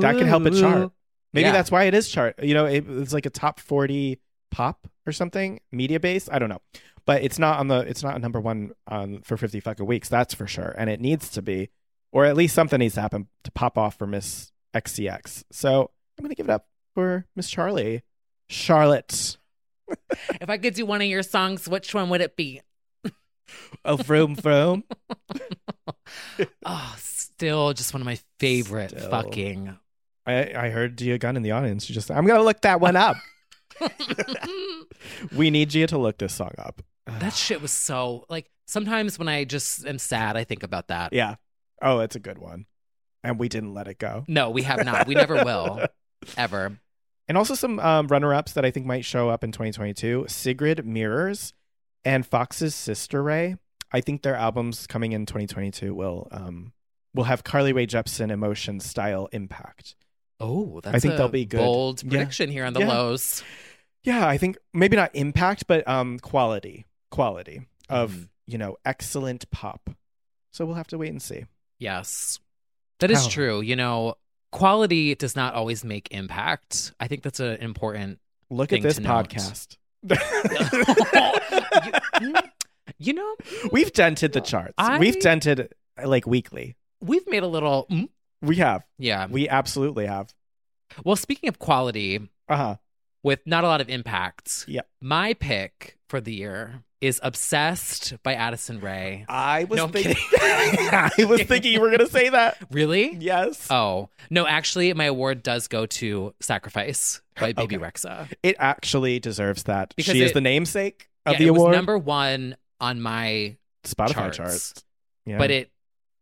S4: that could help it chart. Maybe
S6: Yeah.
S4: that's why it is chart. You know, it, it's like a top forty pop or something media base. I don't know, but it's not on the. It's not number one on for fifty fucking weeks. That's for sure, and it needs to be, or at least something needs to happen to pop off for Miss XCX. So I'm gonna give it up for Miss Charlie, Charlotte.
S6: If I could do one of your songs, which one would it be?
S4: Oh, vroom vroom.
S6: Oh, still just one of my favorite
S4: Still.
S6: fucking.
S4: I, I heard Gia Gunn in the audience. She just, I'm gonna look that one up. we need Gia to look this song up.
S6: that shit was so like. Sometimes when I just am sad, I think about that.
S4: Yeah. Oh, it's a good one. And we didn't let it go.
S6: No, we have not. We never will, ever.
S4: And also some um, runner ups that I think might show up in 2022 Sigrid Mirrors and Fox's Sister Ray. I think their albums coming in 2022 will um, will have Carly Rae Jepsen emotion style impact.
S6: Oh, that's
S4: I think
S6: a
S4: they'll be good.
S6: bold
S4: Yeah.
S6: prediction here on the
S4: Yeah.
S6: lows.
S4: Yeah, I think maybe not impact, but um, quality, quality of
S6: Mm-hmm.
S4: you know excellent pop. So we'll have to wait and see.
S6: Yes. That is
S4: How-
S6: true. You know, quality does not always make impact. I think that's an important.
S4: Look
S6: Thing
S4: at this
S6: to note.
S4: podcast.
S6: you, you know,
S4: We've dented the charts.
S6: I-
S4: We've dented like weekly.
S6: we've made a little. mm,
S4: We have.
S6: Yeah.
S4: We absolutely have.
S6: Well, speaking of quality
S4: Uh huh.
S6: with not a lot of impact,
S4: Yep.
S6: my pick for the year is Obsessed by Addison Ray.
S4: I was
S6: No, I'm
S4: thinking.
S6: kidding.
S4: I was thinking you were gonna say that.
S6: Really?
S4: Yes.
S6: Oh, no, actually, my award does go to Sacrifice by Baby Rexa.
S4: It actually deserves that.
S6: Because
S4: she is
S6: it-
S4: the namesake of
S6: yeah,
S4: the
S6: it
S4: award.
S6: was number one on my
S4: Spotify
S6: charts,
S4: charts. Yeah.
S6: but it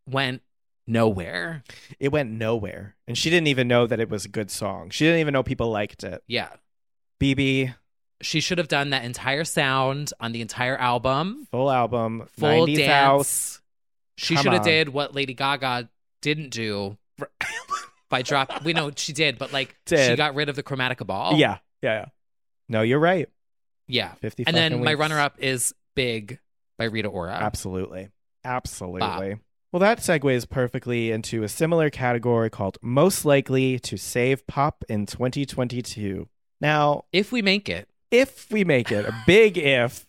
S6: went nowhere.
S4: it went nowhere, and she didn't even know that it was a good song. She didn't even know people liked it.
S6: Yeah.
S4: BB
S6: She should have done that entire sound on the entire album,
S4: full album,
S6: full
S4: 90s
S6: dance.
S4: house.
S6: She
S4: Come
S6: should have
S4: on.
S6: did what Lady Gaga
S3: didn't do by drop. We know Oh, she did, but like she
S4: Did.
S3: got rid of the chromatica ball.
S4: Yeah, yeah, yeah. No, you're right.
S3: yeah.
S4: 50
S3: and then
S4: fucking
S3: my
S4: weeks.
S3: runner-up is Big by Rita Ora.
S4: Absolutely. Absolutely. Well, that segues perfectly into a similar category called Most Likely to Save Pop in 2022. Now,
S3: if we make it,
S4: if we make it, a big if,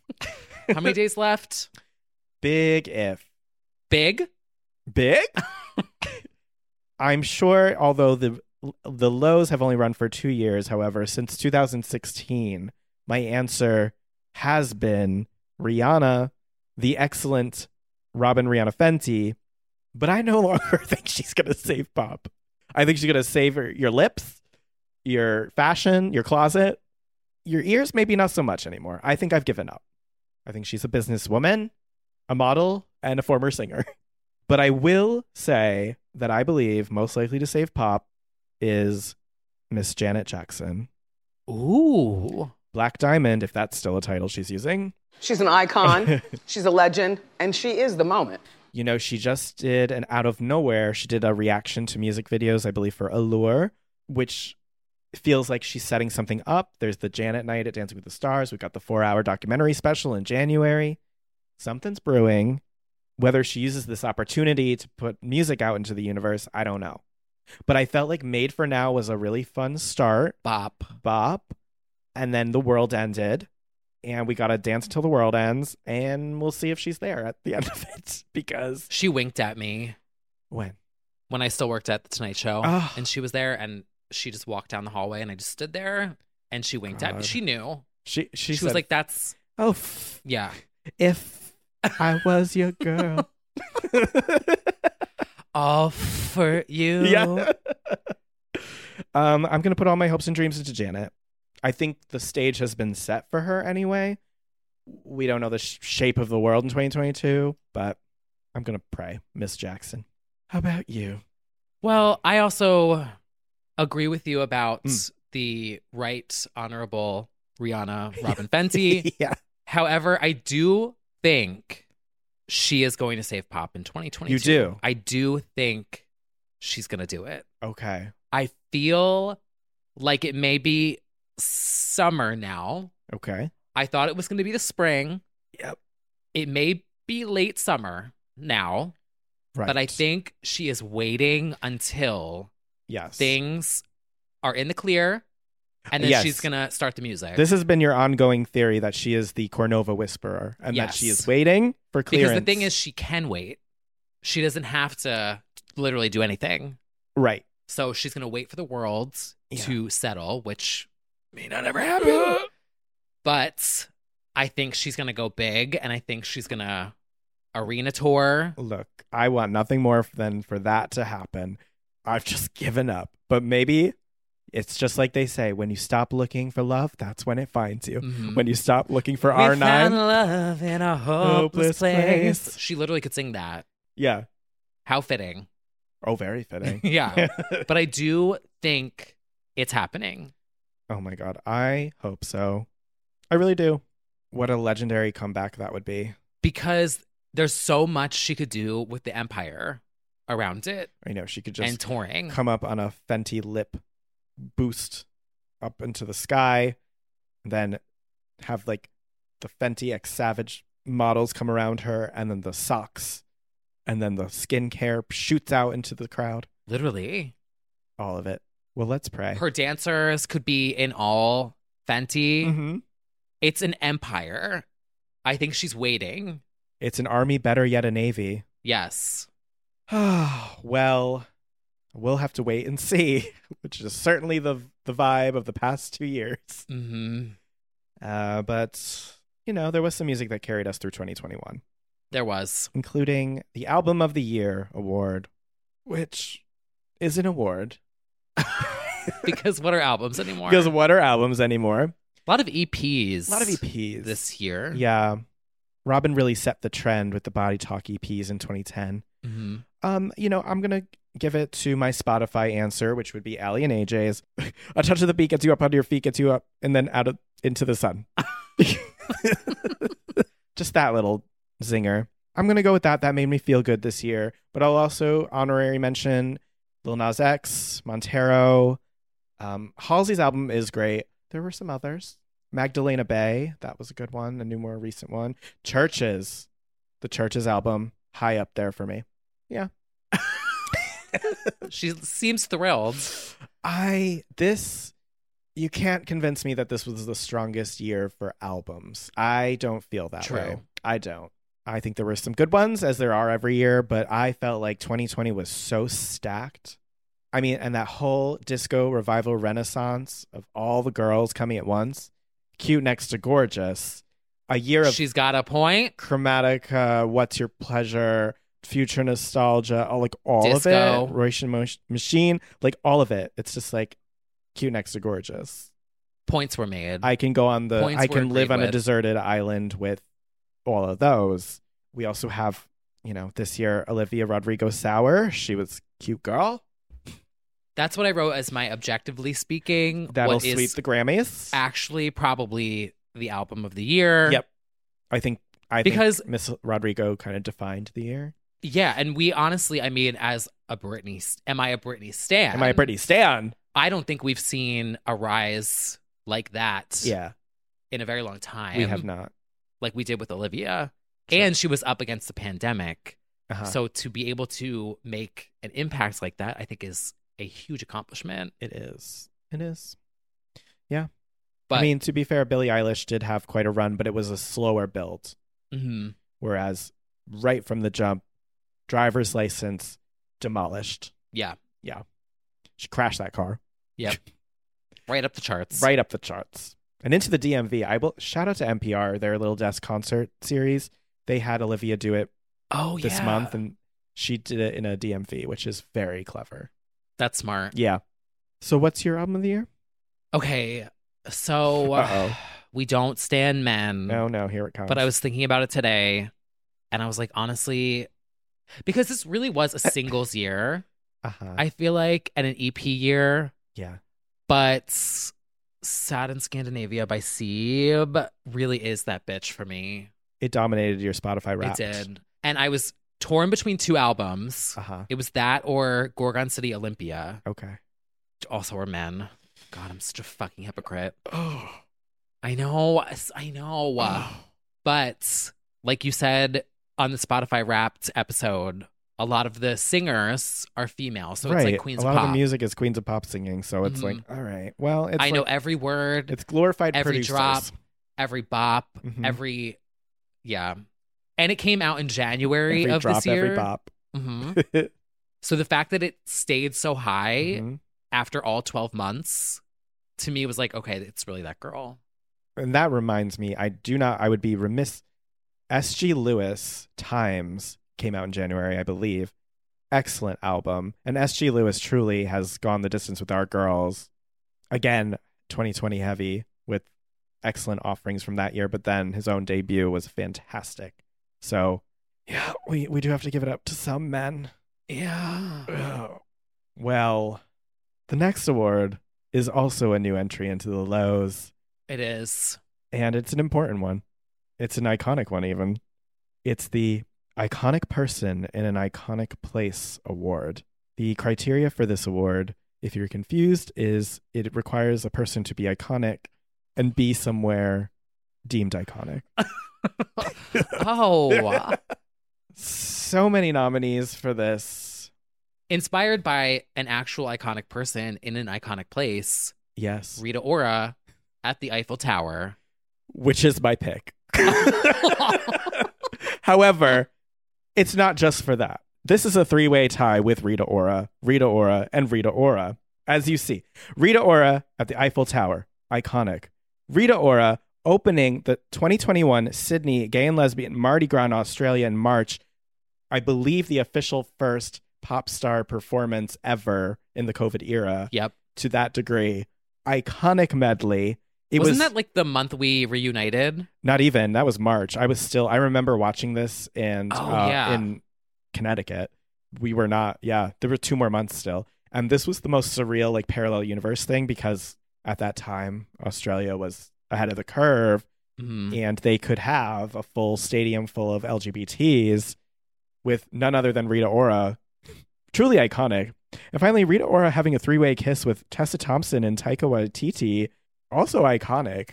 S3: How many days left?
S4: big if,
S3: Big.
S4: big. I'm sure, although the the lows have only run for two years, however, since 2016, my answer has been Rihanna, the excellent Robin Rihanna Fenty. But I no longer think she's gonna save pop. I think she's gonna save her, your lips, your fashion, your closet, your ears. Maybe not so much anymore. I think I've given up. I think she's a businesswoman, a model, and a former singer. But I will say that I believe most likely to save pop is Miss Janet Jackson.
S3: Ooh.
S4: Black Diamond, if that's still a title she's using.
S14: She's an icon, she's a legend, and she is the moment.
S4: You know, she just did an out of nowhere, she did a reaction to music videos, I believe, for Allure, which feels like she's setting something up. There's the Janet night at Dancing with the Stars. We've got the four hour documentary special in January. Something's brewing. Whether she uses this opportunity to put music out into the universe, I don't know. But I felt like Made for Now was a really fun start.
S3: Bop.
S4: Bop. And then the world ended. And we got to dance until the world ends. And we'll see if she's there at the end of it because
S3: She winked at me
S4: when?
S3: when I still worked at the Tonight Show,
S4: Ah.
S3: and she was there, and she just walked down the hallway, and I just stood there, and she winked at me.
S4: God.
S3: She knew.
S4: She, she,
S3: She, was
S4: said,
S3: like, "That's
S4: oh, f-
S3: yeah."
S4: if I was your girl.
S3: All for you.
S4: Yeah. um, I'm gonna put all my hopes and dreams into Janet. I think the stage has been set for her anyway. We don't know the sh- shape of the world in 2022, but I'm gonna pray, Miss Jackson. How about you?
S3: Well, I also agree with you about
S4: Mm.
S3: the right honorable Rihanna Robin Fenty.
S4: yeah,
S3: However, I do think she is going to save pop in 2022.
S4: you do.
S3: I do think she's going to do it.
S4: Okay.
S3: I feel like it may be summer now.
S4: Okay.
S3: I thought it was going to be the spring.
S4: Yep.
S3: It may be late summer now,
S4: Right.
S3: but I think she is waiting until
S4: yes.
S3: things are in the clear and then
S4: Yes.
S3: she's going to start the music.
S4: This has been your ongoing theory that she is the Cornova Whisperer and that she
S3: Yes.
S4: is waiting for
S3: because
S4: clearance.
S3: the thing is, she can wait. She doesn't have to literally do anything.
S4: right.
S3: So she's going to wait for the world
S4: Yeah.
S3: to settle, which may not ever happen. but I think she's going to go big and I think she's going to arena tour.
S4: Look, I want nothing more than for that to happen. I've just given up. But maybe it's just like they say when you stop looking for love, that's when it finds you.
S3: Mhm.
S4: When you stop looking for
S3: We found
S4: R9.
S3: love in a hopeless,
S4: Hopeless
S3: place.
S4: place.
S3: She literally could sing that.
S4: Yeah.
S3: How fitting.
S4: Oh, very fitting.
S3: yeah. But I do think it's happening.
S4: oh my God. I hope so. I really do. What a legendary comeback that would be.
S3: because there's so much she could do with the empire around it
S4: I know she could
S3: and
S4: just
S3: touring.
S4: come up on a Fenty lip boost up into the sky, then have like the Fenty X Savage models come around her, and then the socks, and then the skincare shoots out into the crowd.
S3: Literally.
S4: All of it. Well, let's pray.
S3: Her dancers could be in all Fenty.
S4: Mhm.
S3: It's an empire. I think she's waiting.
S4: It's an army better yet a navy.
S3: Yes.
S4: well, we'll have to wait and see, which is certainly the the vibe of the past two years.
S6: Mm-hmm.
S3: hmm
S4: Uh, but you know, there was some music that carried us through 2021.
S3: There was.
S4: including the Album of the Year award, which is an award
S3: Because what are albums anymore?
S4: because what are albums anymore?
S3: a lot of EPs.
S4: A lot of E EPs
S3: this year.
S4: Yeah, Robin really set the trend with the Body Talk EPs in 2010.
S3: hmm
S4: Um, you know, I'm gonna give it to my Spotify answer, which would be Ali and AJ's. A touch of the beat gets you up onto your feet, gets you up, and then out of into the sun. Just that little zinger. I'm gonna go with that. That made me feel good this year. But I'll also honorary mention Lil Nas X, Montero. Um, Halsey's album is great. There were some others. Magdalena Bay, that was a good one, a new more recent one. Churches, the Churches album, high up there for me. Yeah.
S6: she seems thrilled.
S4: I this you can't convince me that this was the strongest year for albums. I don't feel that
S6: True.
S4: way. I don't. I think there were some good ones as there are every year, but I felt like 2020 was so stacked. I mean, and that whole disco revival renaissance of all the girls coming at once, cute next to gorgeous, a year of
S6: She's got a point.
S4: chromatic uh, what's your pleasure future nostalgia all like all
S6: Disco.
S4: of it Royce and Mo- machine like all of it it's just like cute next to gorgeous
S6: Points were made.
S4: i can go on the
S6: Points
S4: i
S6: were
S4: can live
S6: agreed
S4: on a
S6: with.
S4: deserted island with all of those we also have you know this year olivia rodrigo sour she was cute girl
S6: That's what I wrote as my objectively speaking.
S4: that'll
S6: what is
S4: sweep the grammys
S6: actually probably the album of the year.
S4: yep i think i
S6: Because-
S4: think miss rodrigo kind of defined the year
S6: Yeah, and we honestly, I mean, as a Britney, am I a Britney stan?
S4: am i a britney stan
S6: I don't think we've seen a rise like that.
S4: yeah
S6: in a very long time.
S4: we have not
S6: like we did with Olivia, and she was up against the pandemic.
S4: Uh-huh.
S6: So to be able to make an impact like that, I think is a huge accomplishment.
S4: It is. It is. Yeah.
S6: But
S4: I mean, to be fair, Billie Eilish did have quite a run, but it was a slower build. Mm-hmm.
S6: mhm.
S4: Whereas right from the jump, driver's license demolished.
S6: yeah,
S4: Yeah. She crashed that car
S6: yep, right up the charts.
S4: right up the charts and into the DMV. I will shout out to NPR, their Little Desk concert series. They had Olivia do it
S6: Oh yeah,
S4: this month and she did it in a DMV, which is very clever.
S6: that's smart.
S4: Yeah. So, what's your album of the year?
S6: Okay, so
S4: Uh-oh.
S6: we don't stand men.
S4: No, no, here it comes.
S6: um, But I was thinking about it today, and I was like, honestly, because this really was a singles year.
S4: uh-huh.
S6: I feel like, and an EP year.
S4: yeah.
S6: but Sad in Scandinavia by Sieb really is that bitch for me.
S4: It dominated your Spotify rap.
S6: It did. And I was torn between two albums.
S4: Uh huh.
S6: It was that or Gorgon City Olympia,
S4: Okay.
S6: which also were men. God, I'm such a fucking hypocrite.
S4: Oh.
S6: I know. s- I know. But like you said on the Spotify Wrapped episode, a lot of the singers are female. So it's like
S4: a
S6: Queens of
S4: lot
S6: Pop. Mm-hmm.
S4: of the music is Queens of Pop singing, so it's like, all right, well, it's
S6: I know
S4: like-
S6: every word.
S4: it's glorified
S6: every
S4: producers.
S6: drop, every bop,
S4: Mhm.
S6: every yeah. And it came out in January
S4: every
S6: of
S4: drop,
S6: this year.
S4: every bop.
S6: Mhm. So the fact that it stayed so high
S4: Mhm.
S6: after all 12 months to me was like, okay, it's really that girl.
S4: And that reminds me, I do not. I would be remiss. S.G. Lewis Times came out in January, I believe. Excellent album, and S.G. Lewis truly has gone the distance with our girls. Again, 2020 heavy with excellent offerings from that year, but then his own debut was fantastic. So, yeah, we we do have to give it up to some men.
S6: Yeah.
S4: Well, the next award is also a new entry into the lows,
S6: It is.
S4: and it's an important one. It's an iconic one, even. It's the Iconic Person in an Iconic Place Award. The criteria for this award, if you're confused, is it requires a person to be iconic and be somewhere deemed iconic.
S6: Oh,
S4: So many nominees for this.
S6: inspired by an actual iconic person in an iconic place,
S4: Yes.
S6: Rita Ora at the Eiffel Tower.
S4: which is my pick. However, it's not just for that. This is a three way tie with Rita Ora, Rita Ora, and Rita Ora. As you see, Rita Ora at the Eiffel Tower, iconic. Rita Ora opening the 2021 Sydney Gay and Lesbian Mardi Gras in Australia in March. I believe the official first pop star performance ever in the COVID era
S6: Yep.
S4: to that degree. Iconic medley. It
S6: Wasn't
S4: was
S6: that like the month we reunited?
S4: not even that was march i was still i remember watching this and
S6: Oh,
S4: uh,
S6: yeah.
S4: in connecticut we were not yeah there were two more months still and this was the most surreal like parallel universe thing because at that time australia was ahead of the curve
S6: Mhm.
S4: and they could have a full stadium full of LGBTs with none other than Rita Ora. Truly iconic. And finally, Rita Ora having a three way kiss with Tessa Thompson and Taika Waititi. Also iconic.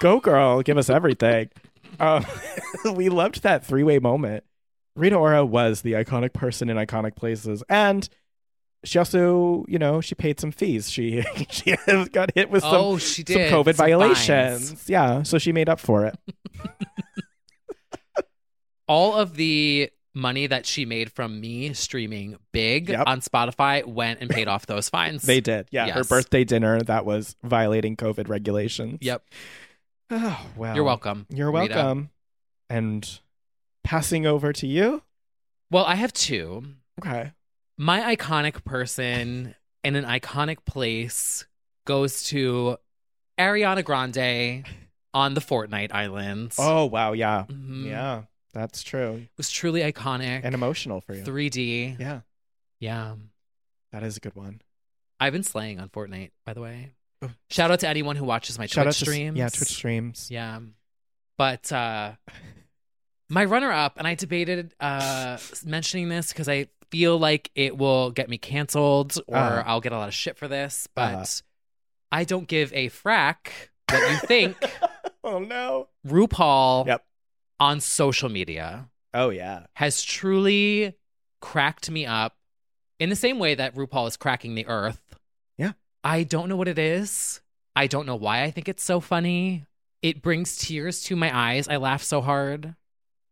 S4: Go, girl. Give us everything. Um, we loved that three way moment. Rita Ora was the iconic person in iconic places. And she also, you know, she paid some fees. She she got hit with some,
S6: Oh, she did.
S4: some COVID
S6: Some
S4: violations.
S6: fines.
S4: Yeah. So she made up for it.
S6: all of the money that she made from me streaming big
S4: Yep.
S6: on Spotify went and paid off those fines.
S4: They did. Yeah. Her
S6: Yes.
S4: birthday dinner that was violating COVID regulations.
S6: Yep.
S4: Oh, well.
S6: You're welcome.
S4: You're
S6: Rita.
S4: welcome. And passing over to you.
S6: Well, I have two.
S4: Okay.
S6: My iconic person in an iconic place goes to Ariana Grande on the Fortnite Islands.
S4: Oh, wow. Yeah.
S6: Mhm.
S4: Yeah. That's true.
S6: was truly iconic.
S4: And emotional for you.
S6: 3D.
S4: Yeah.
S6: Yeah.
S4: That is a good one.
S6: I've been slaying on Fortnite, by the way.
S4: Oh.
S6: Shout out to anyone who watches my Twitch
S4: to-
S6: streams.
S4: yeah, Twitch streams.
S6: Yeah. But uh my runner up, and I debated uh mentioning this because I feel like it will get me canceled or
S4: Uh-huh.
S6: I'll get a lot of shit for this, but
S4: Uh-huh.
S6: I don't give a frack what you think.
S4: oh no.
S6: RuPaul
S4: yep.
S6: on social media
S4: Oh yeah.
S6: has truly cracked me up in the same way that RuPaul is cracking the earth.
S4: Yeah.
S6: I don't know what it is. I don't know why I think it's so funny. It brings tears to my eyes. I laugh so hard.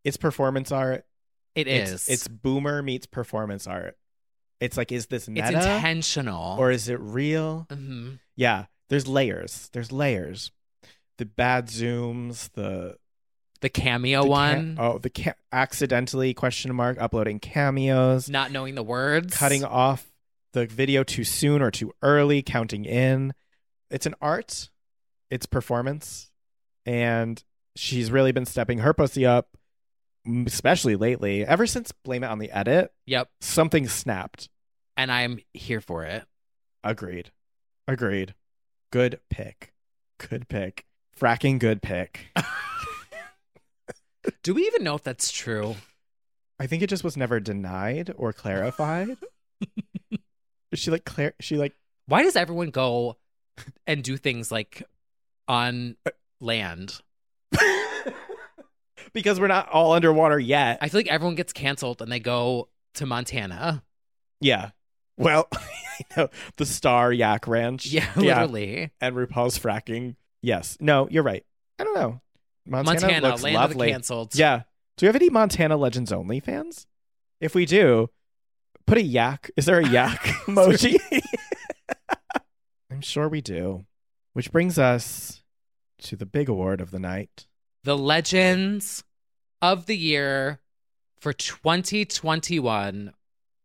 S4: It's performance art.
S6: It
S4: it's,
S6: is.
S4: It's boomer meets performance art. It's like, is this
S6: it's
S4: meta
S6: intentional.
S4: or is it real?
S6: Mhm.
S4: Yeah. There's layers. There's layers. The bad zooms. The
S6: the cameo
S4: the ca-
S6: one,
S4: oh, the ca- accidentally question mark uploading cameos.
S6: not knowing the words,
S4: cutting off the video too soon or too early, counting in. It's an art, it's performance, and she's really been stepping her pussy up, m- especially lately. Ever since Blame It on the Edit,
S6: Yep.
S4: something snapped.
S6: And I'm here for it.
S4: Agreed. Agreed. Good pick. Good pick. Fracking good pick.
S6: Do we even know if that's true?
S4: I think it just was never denied or clarified. she like clar- she like
S6: Why does everyone go and do things like on
S4: Uh,
S6: land?
S4: because we're not all underwater yet.
S6: I feel like everyone gets canceled and they go to Montana.
S4: Yeah. Well, you know, the Star Yak Ranch.
S6: Yeah, literally.
S4: And RuPaul's fracking. Yes. No, you're right. I don't know. Montana,
S6: Montana,
S4: looks
S6: land of the
S4: lovely.
S6: canceled.
S4: Yeah. Do we have any Montana Legends only fans? If we do, put a yak. Is there a yak emoji? I'm sure we do. Which brings us to the big award of the night.
S6: The legends of the year for 2021,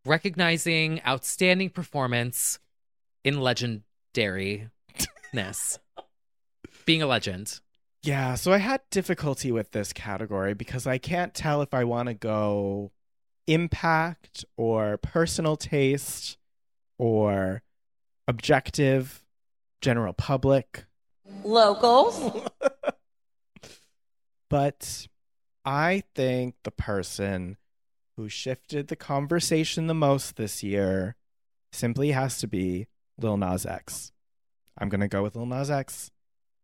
S6: recognizing outstanding performance in legendariness. Being a legend.
S4: Yeah, so I had difficulty with this category because I can't tell if I want to go impact or personal taste or objective, general public.
S11: Locals.
S4: But I think the person who shifted the conversation the most this year simply has to be Lil Nas X. I'm going to go with Lil Nas X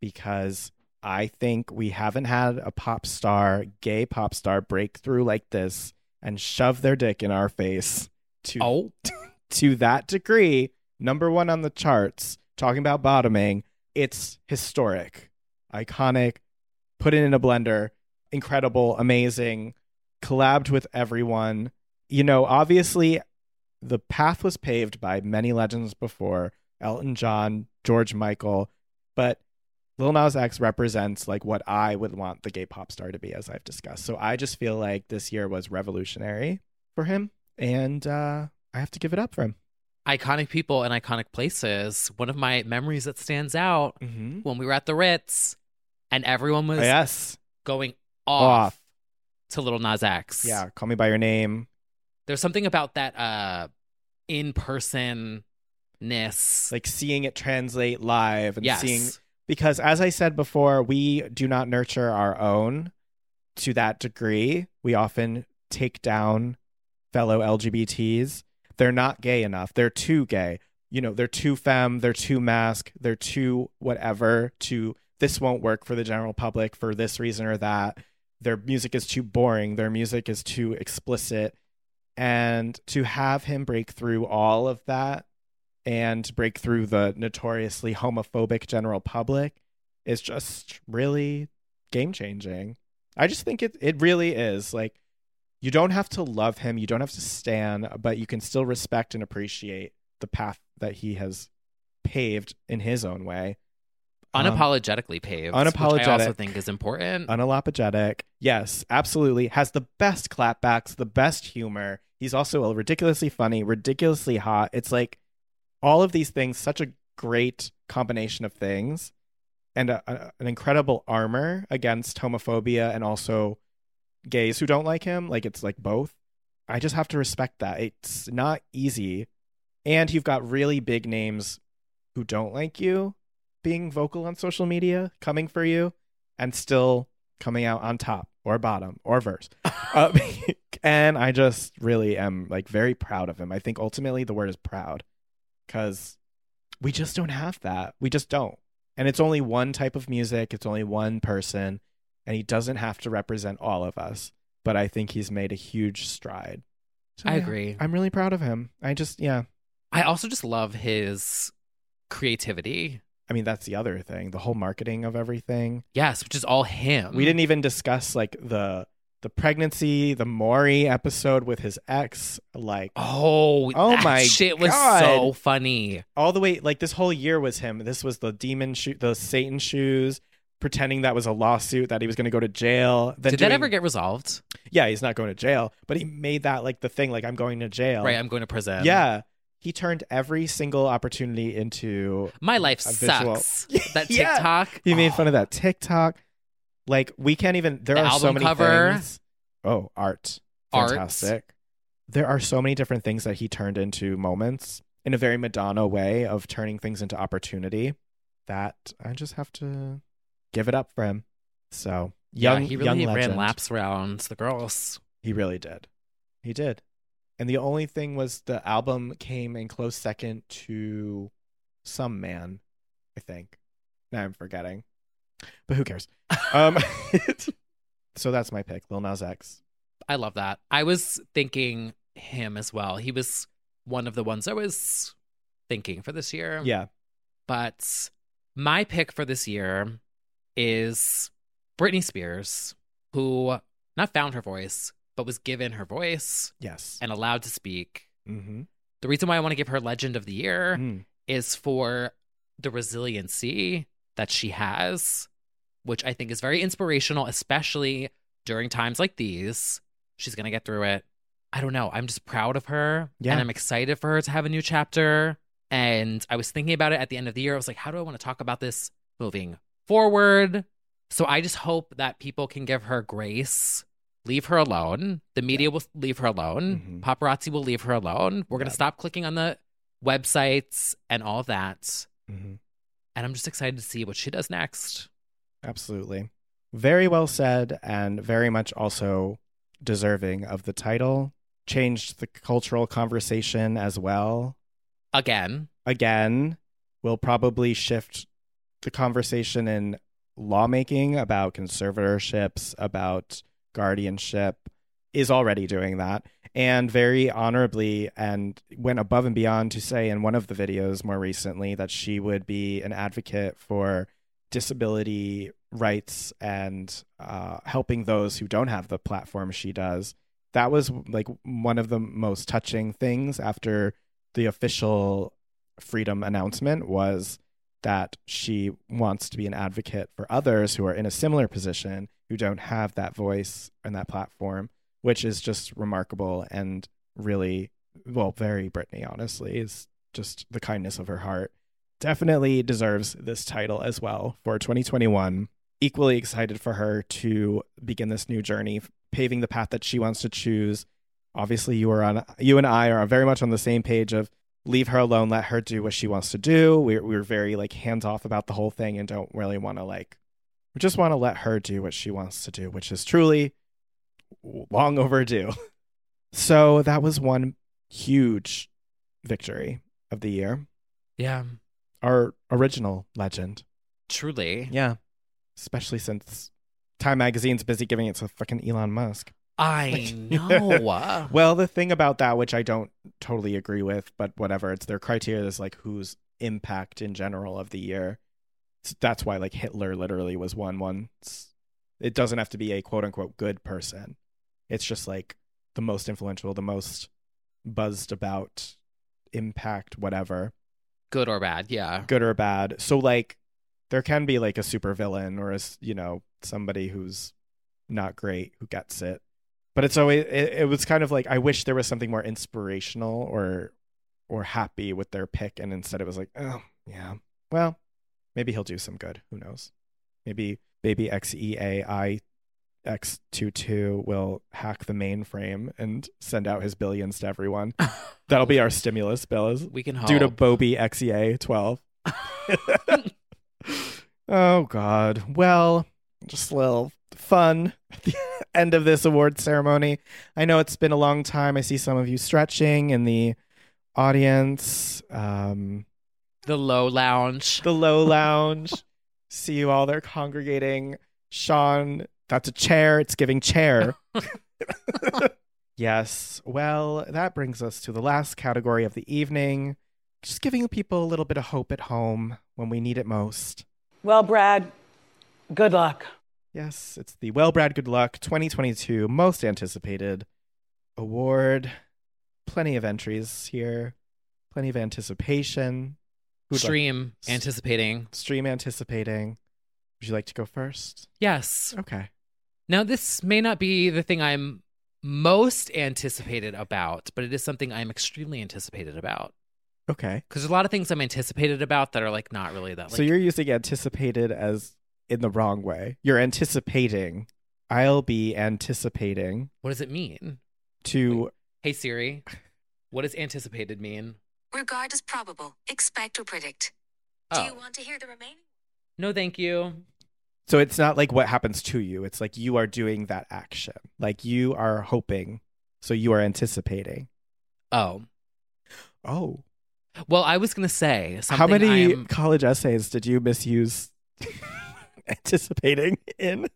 S4: because I think we haven't had a pop star, gay pop star, break through like this and shove their dick in our face to,
S6: Oh.
S4: to that degree. Number one on the charts, talking about bottoming, it's historic, iconic, put it in a blender, incredible, amazing, collabed with everyone. You know, obviously, the path was paved by many legends before Elton John, George Michael, but Lil Nas X represents like what I would want the gay pop star to be, as I've discussed. So I just feel like this year was revolutionary for him, and uh, I have to give it up for him.
S6: Iconic people and iconic places. One of my memories that stands out
S4: Mm-hmm.
S6: when we were at the Ritz and everyone was
S4: Oh, Yes,
S6: going off,
S4: off.
S6: to Little Nas X.
S4: Yeah, call me by your name.
S6: There's something about that uh in person ness.
S4: Like seeing it translate live and
S6: yes.
S4: seeing because as I said before, we do not nurture our own to that degree. We often take down fellow LGBTs. They're not gay enough. They're too gay. You know, they're too femme, they're too mask, they're too whatever to this won't work for the general public for this reason or that. Their music is too boring, their music is too explicit. And to have him break through all of that and break through the notoriously homophobic general public is just really game changing. I just think it it really is like you don't have to love him, you don't have to stand, but you can still respect and appreciate the path that he has paved in his own way. Um,
S6: Unapologetically paved.
S4: unapologetic. Uh,
S6: Which I also think is important.
S4: Unapologetic. Yes, absolutely. Has the best clapbacks, the best humor. He's also ridiculously funny, ridiculously hot. It's like all of these things, such a great combination of things, and a, a- an incredible armor against homophobia and also gays who don't like him. Like it's like both. I just have to respect that. It's not easy. And you've got really big names who don't like you being vocal on social media, coming for you, and still coming out on top or bottom or verse. Uh, and I just really am like very proud of him. I think ultimately the word is proud because we just don't have that. We just don't. And it's only one type of music, it's only one person, and he doesn't have to represent all of us. But I think he's made a huge stride. So,
S6: I
S4: yeah,
S6: agree.
S4: I'm really proud of him. I just, yeah.
S6: I also just love his creativity.
S4: I mean, that's the other thing the whole marketing of everything.
S6: Yes, which is all him.
S4: We didn't even discuss like the the pregnancy, the Maury episode with his ex, like
S6: Oh,
S4: Oh
S6: that
S4: my
S6: shit was
S4: God.
S6: so funny.
S4: all the way like this whole year was him. This was the demon shoe, the Satan shoes, pretending that was a lawsuit that he was going to go to jail. Then
S6: Did
S4: doing-
S6: that ever get resolved?
S4: Yeah, he's not going to jail, but he made that like the thing, like I'm going to jail.
S6: Right, I'm going to prison.
S4: yeah, he turned every single opportunity into
S6: My life
S4: A visual.
S6: sucks. That
S4: Yeah.
S6: TikTok. Oh.
S4: He made fun of that TikTok. Like we can't even. There
S6: The
S4: are so
S6: album
S4: many
S6: cover.
S4: things. Oh, art,
S6: Art.
S4: fantastic. There are so many different things that he turned into moments in a very Madonna way of turning things into opportunity. That I just have to give it up for him. So young,
S6: yeah, he
S4: young
S6: really ran
S4: legend.
S6: laps around the girls.
S4: He really did. He did. And the only thing was the album came in close second to Some Man, I think. Now I'm forgetting. But who cares? um, so that's my pick, Lil Nas X.
S6: I love that. I was thinking him as well. He was one of the ones I was thinking for this year.
S4: Yeah.
S6: But my pick for this year is Britney Spears, who not found her voice, but was given her voice
S4: Yes.
S6: and allowed to speak.
S4: Mm-hmm.
S6: The reason why I want to give her Legend of the Year
S4: Mm.
S6: is for the resiliency that she has, which I think is very inspirational, especially during times like these. She's going to get through it. I don't know. I'm just proud of her.
S4: Yeah.
S6: And I'm excited for her to have a new chapter. And I was thinking about it at the end of the year. I was like, how do I want to talk about this moving forward? So I just hope that people can give her grace, leave her alone. The media will leave her
S4: Mhm.
S6: alone. Paparazzi will leave her alone. We're going
S4: Yeah.
S6: to stop clicking on the websites and all of that.
S4: Mm-hmm.
S6: And I'm just excited to see what she does next.
S4: Absolutely. Very well said, and very much also deserving of the title. Changed the cultural conversation as well.
S6: Again,
S4: again will probably shift the conversation in lawmaking about conservatorships, about guardianship, is already doing that. And very honorably, and went above and beyond to say in one of the videos more recently that she would be an advocate for disability rights and uh, helping those who don't have the platform she does. That was like one of the most touching things after the official freedom announcement was that she wants to be an advocate for others who are in a similar position who don't have that voice and that platform, which is just remarkable and really, well, very Britney, honestly, is just the kindness of her heart. Definitely deserves this title as well for 2021. Equally excited for her to begin this new journey, paving the path that she wants to choose. Obviously, you are on you and I are very much on the same page of leave her alone, let her do what she wants to do. We we were very like hands off about the whole thing and don't really want to like we just want to let her do what she wants to do, which is truly long overdue. So that was one huge victory of the year.
S6: Yeah.
S4: Our original legend.
S6: Truly.
S4: Yeah. Especially since Time Magazine's busy giving it to fucking Elon Musk.
S6: I know.
S4: well, the thing about that, which I don't totally agree with, but whatever, it's their criteria is like whose impact in general of the year. So that's why like Hitler literally was one once. It doesn't have to be a quote unquote good person. It's just like the most influential, the most buzzed about impact, whatever.
S6: Good or bad, yeah.
S4: Good or bad. So like there can be like a supervillain or a, you know, somebody who's not great who gets it but it's always it, it, was kind of like i wish there was something more inspirational or or happy with their pick and instead it was like oh yeah well maybe he'll do some good who knows maybe E baby xeai x22 will hack the mainframe and send out his billions to everyone that'll be our stimulus bill is
S6: we can
S4: due to bobby E xea 12 oh god well just a little fun at the end of this award ceremony. I know it's been a long time. I see some of you stretching in the audience. Um,
S6: the low lounge.
S4: The low lounge. see you all there congregating. Sean, that's a chair. It's giving chair. yes. Well, that brings us to the last category of the evening. Just giving people a little bit of hope at home when we need it most.
S8: Well, Brad, good luck.
S4: Yes, it's the Well Brad Good Luck 2022 Most Anticipated Award. Plenty of entries here, plenty of anticipation.
S6: Who'd stream like? anticipating.
S4: Stream anticipating. Would you like to go first?
S6: Yes.
S4: Okay.
S6: Now, this may not be the thing I'm most anticipated about, but it is something I'm extremely anticipated about.
S4: Okay.
S6: Because there's a lot of things I'm anticipated about that are like not really that. Like,
S4: so you're using anticipated as in the wrong way. You're anticipating. I'll be anticipating.
S6: What does it mean?
S4: To
S6: Hey Siri, what does anticipated mean?
S15: Regard as probable, expect or predict. Oh. Do you want to hear the remaining?
S6: No, thank you.
S4: So it's not like what happens to you. It's like you are doing that action. Like you are hoping. So you are anticipating.
S6: Oh.
S4: Oh.
S6: Well, I was going to say
S4: How many
S6: I'm...
S4: college essays did you misuse? anticipating in.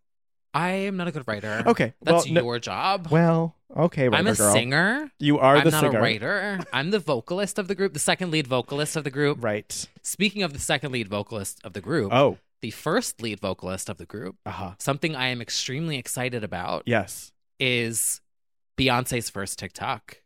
S6: I am not a good writer.
S4: Okay,
S6: that's well, no, your job.
S4: Well, okay,
S6: I'm a
S4: girl.
S6: singer.
S4: You are
S6: I'm
S4: the
S6: not
S4: singer.
S6: a writer. I'm the vocalist of the group, the second lead vocalist of the group.
S4: Right.
S6: Speaking of the second lead vocalist of the group,
S4: oh,
S6: the first lead vocalist of the group.
S4: Uh-huh.
S6: Something I am extremely excited about.
S4: Yes,
S6: is Beyonce's first TikTok.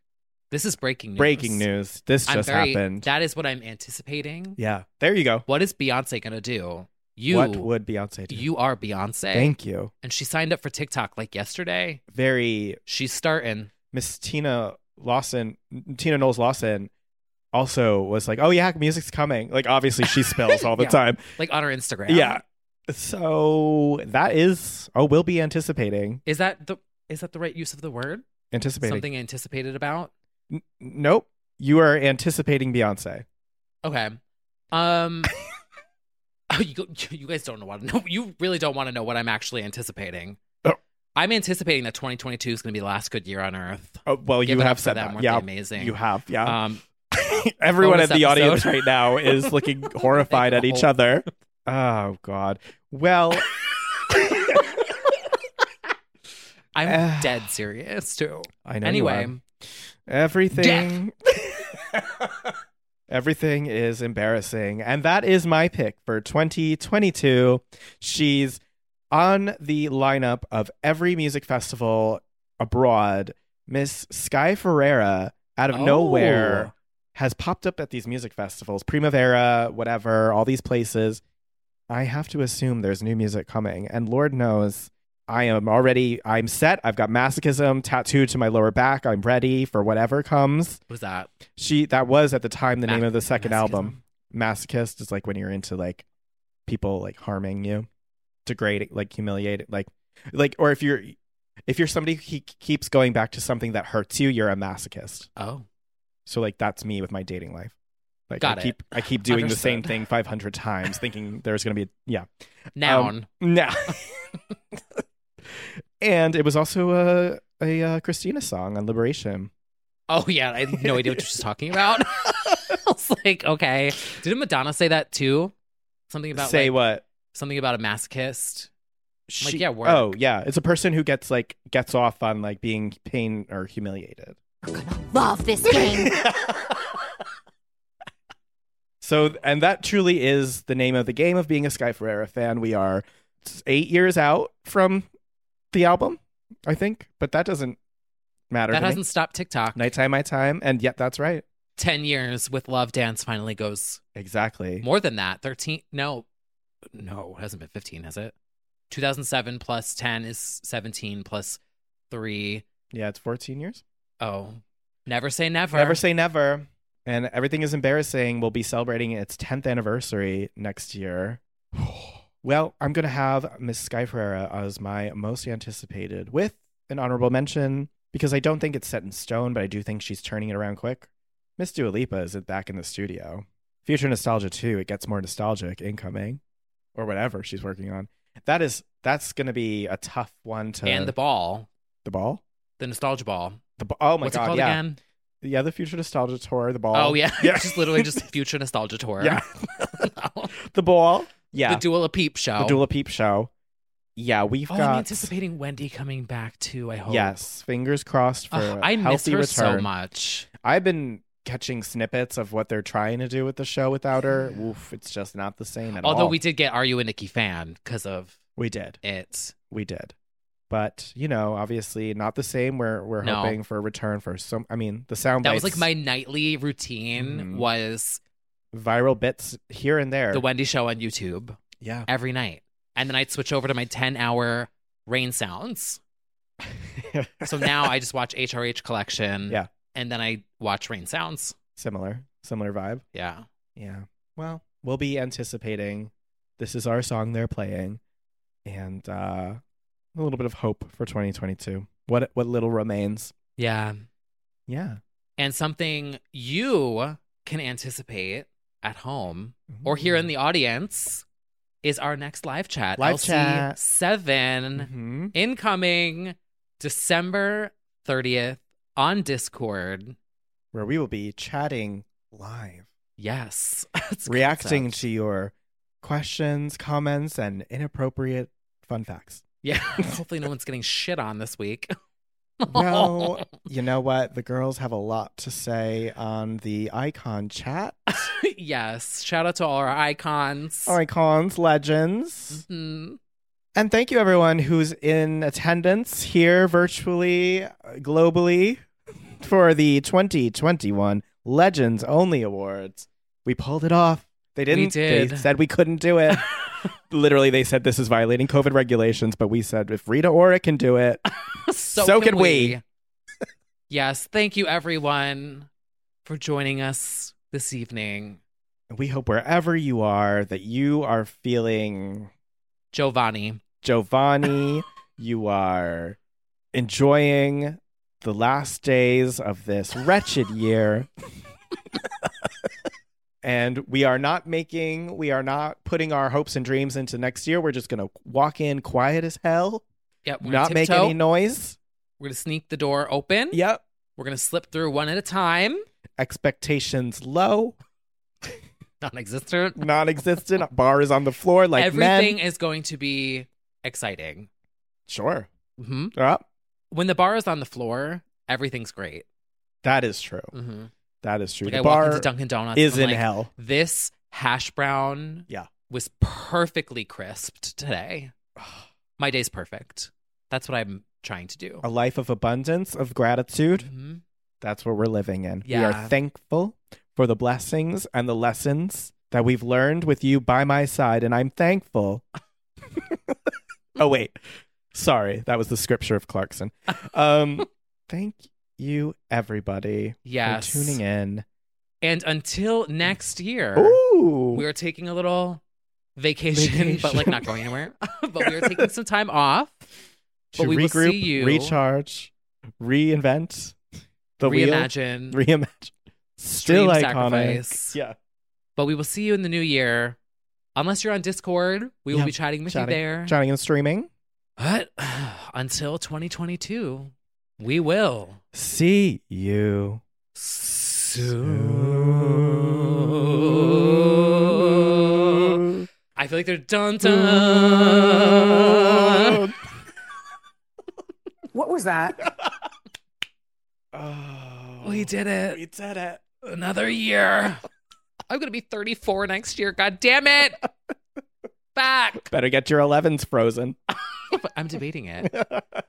S6: This is breaking news.
S4: Breaking news. This just
S6: very,
S4: happened.
S6: That is what I'm anticipating.
S4: Yeah. There you go.
S6: What is Beyonce going to do? You
S4: What would Beyonce do?
S6: You are Beyonce.
S4: Thank you.
S6: And she signed up for TikTok like yesterday.
S4: Very
S6: she's starting.
S4: Miss Tina Lawson Tina Knowles Lawson also was like, Oh yeah, music's coming. Like obviously she spills all the
S6: yeah.
S4: time.
S6: Like on her Instagram.
S4: Yeah. So that is oh, we'll be anticipating.
S6: Is that the is that the right use of the word?
S4: Anticipating.
S6: Something anticipated about?
S4: N- nope. You are anticipating Beyonce.
S6: Okay. Um Oh, you, you, guys don't know what no, you really don't want to know what I'm actually anticipating.
S4: Oh.
S6: I'm anticipating that 2022 is going to be the last good year on Earth.
S4: Oh, well, you
S6: Give
S4: have
S6: for
S4: said
S6: them.
S4: that.
S6: Weren't
S4: Yeah,
S6: they amazing.
S4: You have, yeah.
S6: Um,
S4: Everyone at
S6: bonus
S4: the
S6: episode.
S4: audience right now is looking horrified at each
S6: know.
S4: other. Oh God. Well,
S6: I'm
S4: Uh,
S6: dead serious too.
S4: I know. you
S6: Anyway,
S4: are. everything, everything is embarrassing, and that is my pick for 2022. She's on the lineup of every music festival abroad. Miss Sky Ferreira, out of
S6: Oh.
S4: nowhere, has popped up at these music festivals, Primavera, whatever, all these places. I have to assume there's new music coming, and Lord knows I am already. I'm set. I've got masochism tattooed to my lower back. I'm ready for whatever comes.
S6: what was that
S4: She that was at the time the
S6: Ma-
S4: name of the second
S6: masochism?
S4: album. Masochist is like when you're into like people like harming you, degrading, like humiliating, like like or if you're if you're somebody who ke- keeps going back to something that hurts you, you're a masochist.
S6: Oh,
S4: So like that's me with my dating life. Like
S6: Got
S4: I
S6: it.
S4: keep I keep doing the same
S6: Understood.
S4: thing 500 times thinking there's going to be yeah.
S6: Noun.
S4: Um, now. and it was also a a uh, Christina song on Liberation.
S6: Oh yeah, I had no idea what you were just talking about. I was like, okay. Didn't Madonna say that too? Something about
S4: Say
S6: like,
S4: what?
S6: Something about a masochist. I'm like
S4: She-
S6: yeah, work.
S4: Oh, yeah. It's a person who gets like gets off on like being pain or humiliated.
S16: Love this game.
S4: So, and that truly is the name of the game of being a Sky Ferreira fan. We are eight years out from the album, I think, but that doesn't matter.
S6: that
S4: to me.
S6: hasn't stopped TikTok.
S4: Nighttime, my time, and yet that's right.
S6: Ten years with Love Dance finally goes
S4: Exactly.
S6: more than that. Thirteen? No, no, it hasn't been fifteen, has it? Two thousand seven plus ten is seventeen plus three.
S4: Yeah, it's fourteen years.
S6: Oh, never say never.
S4: Never say never. And everything is embarrassing. We'll be celebrating its tenth anniversary next year. well, I'm gonna have Miss Sky Ferreira as my most anticipated, with an honorable mention because I don't think it's set in stone, but I do think she's turning it around quick. Miss Dua Lipa is back in the studio. Future Nostalgia 2, it gets more nostalgic incoming or whatever she's working on. That is that's going to be a tough one to
S6: and the ball,
S4: the ball?
S6: the nostalgia ball.
S4: The ba- oh my
S6: What's
S4: god,
S6: it called
S4: yeah.
S6: again?
S4: Yeah, the Future Nostalgia tour, the ball.
S6: Oh yeah, just literally just future nostalgia tour.
S4: Yeah. the ball. Yeah.
S6: the Dula Peep show.
S4: The Dula Peep show. Yeah, we've
S6: Oh, I'm
S4: got
S6: anticipating Wendy coming back too. I hope.
S4: Yes, fingers crossed for
S6: Ugh,
S4: a
S6: I miss
S4: healthy
S6: her so
S4: return.
S6: much.
S4: I've been catching snippets of what they're trying to do with the show without her. Oof, it's just not the same at all.
S6: Although we did get Are You a Nikki fan because of
S4: we did,
S6: it.
S4: we did, but you know, obviously not the same. We're we're
S6: No.
S4: hoping for a return for some. I mean, the sound
S6: That was like
S4: bites,
S6: my nightly routine
S4: Mhm.
S6: was
S4: viral bits here and there.
S6: the Wendy show on YouTube
S4: yeah,
S6: every night. And then I'd switch over to my 10 hour rain sounds. so now I just watch HRH collection.
S4: Yeah.
S6: And then I watch rain sounds.
S4: similar, similar vibe.
S6: Yeah.
S4: Yeah. Well, we'll be anticipating. This is our song they're playing, and uh, a little bit of hope for 2022. What what little remains?
S6: Yeah.
S4: Yeah.
S6: And something you can anticipate at home or here in the audience is our next live chat.
S4: Live
S6: LC7
S4: chat. Mm-hmm.
S6: incoming December 30th on Discord.
S4: Where we will be chatting live,
S6: Yes. That's a good
S4: reacting
S6: stuff.
S4: to your questions, comments, and inappropriate fun facts.
S6: Yeah. Hopefully no one's getting shit on this week.
S4: Well, you know what? The girls have a lot to say on the icon chat.
S6: yes. Shout out to all our icons.
S4: Icons, legends.
S6: Mhm.
S4: And thank you, everyone who's in attendance here virtually, uh, globally, for the 2021 Legends Only Awards. We pulled it off. They didn't.
S6: We
S4: They
S6: did.
S4: said we couldn't do it. Literally, they said this is violating COVID regulations, but we said if Rita Ora can do it,
S6: So,
S4: so
S6: can
S4: can we.
S6: Yes. Thank you, everyone, for joining us this evening.
S4: We hope wherever you are that you are feeling
S6: Giovanni.
S4: Giovanni, you are enjoying the last days of this wretched year. and we are not making, we are not putting our hopes and dreams into next year. We're just going to walk in quiet as hell,
S6: Yep. We're
S4: not
S6: gonna
S4: make
S6: tiptoe. Mm-hmm.
S4: any noise.
S6: We're going to sneak the door open.
S4: Yep.
S6: We're going to slip through one at a time.
S4: Expectations low,
S6: Non existent.
S4: non existent. Bar is on the floor like
S6: Everything
S4: men.
S6: is going to be exciting.
S4: Sure.
S6: hmm
S4: Yep.
S6: When the bar is on the floor, everything's great.
S4: That is true.
S6: hmm
S4: That is true.
S6: Like
S4: the
S6: I
S4: bar
S6: walk into Dunkin' Donuts. Oh
S4: is
S6: and I'm
S4: in
S6: like,
S4: hell.
S6: This hash brown
S4: Yeah.
S6: was perfectly crisped today. My day's perfect. That's what I'm trying to do.
S4: A life of abundance, of gratitude.
S6: Mhm.
S4: That's what we're living in. We
S6: Yeah.
S4: are thankful for the blessings and the lessons that we've learned with you by my side, and I'm thankful. oh wait, sorry, that was the scripture of Clarkson. Um, thank you, everybody,
S6: Yes.
S4: for tuning in.
S6: And
S4: Mm.
S6: until next year,
S4: Oh. Ooh,
S6: we are taking a little vacation, but like not going anywhere. but we are taking some time off.
S4: to
S6: but we will
S4: regroup,
S6: see you.
S4: recharge, reinvent the wheel,
S6: reimagine.
S4: reimagine. Still
S6: Dream
S4: iconic.
S6: sacrifice.
S4: Yeah.
S6: But we will see you in the new year. Unless you're on Discord, we will
S4: Yeah.
S6: be chatting with
S4: Chatting-
S6: you there.
S4: Chatting and streaming.
S6: But until 2022, we will.
S4: See you
S6: soon. I feel like they're dun dun.
S5: What was that?
S6: We did it.
S4: We did Oh. it.
S6: Another year. I'm going to be 34 next year. God damn it. Back.
S4: Better get your 11s frozen.
S6: I'm debating it.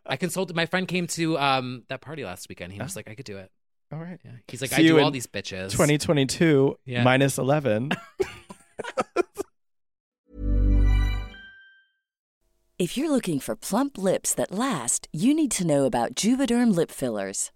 S6: I consulted. My friend came to um that party last weekend. He was like, I could do it.
S4: All right.
S6: Yeah. He's like,
S4: See
S6: I
S4: you
S6: do all
S4: in
S6: these bitches.
S4: 2022
S6: Yeah.
S4: minus 11.
S17: If you're looking for plump lips that last, you need to know about Juvederm lip fillers.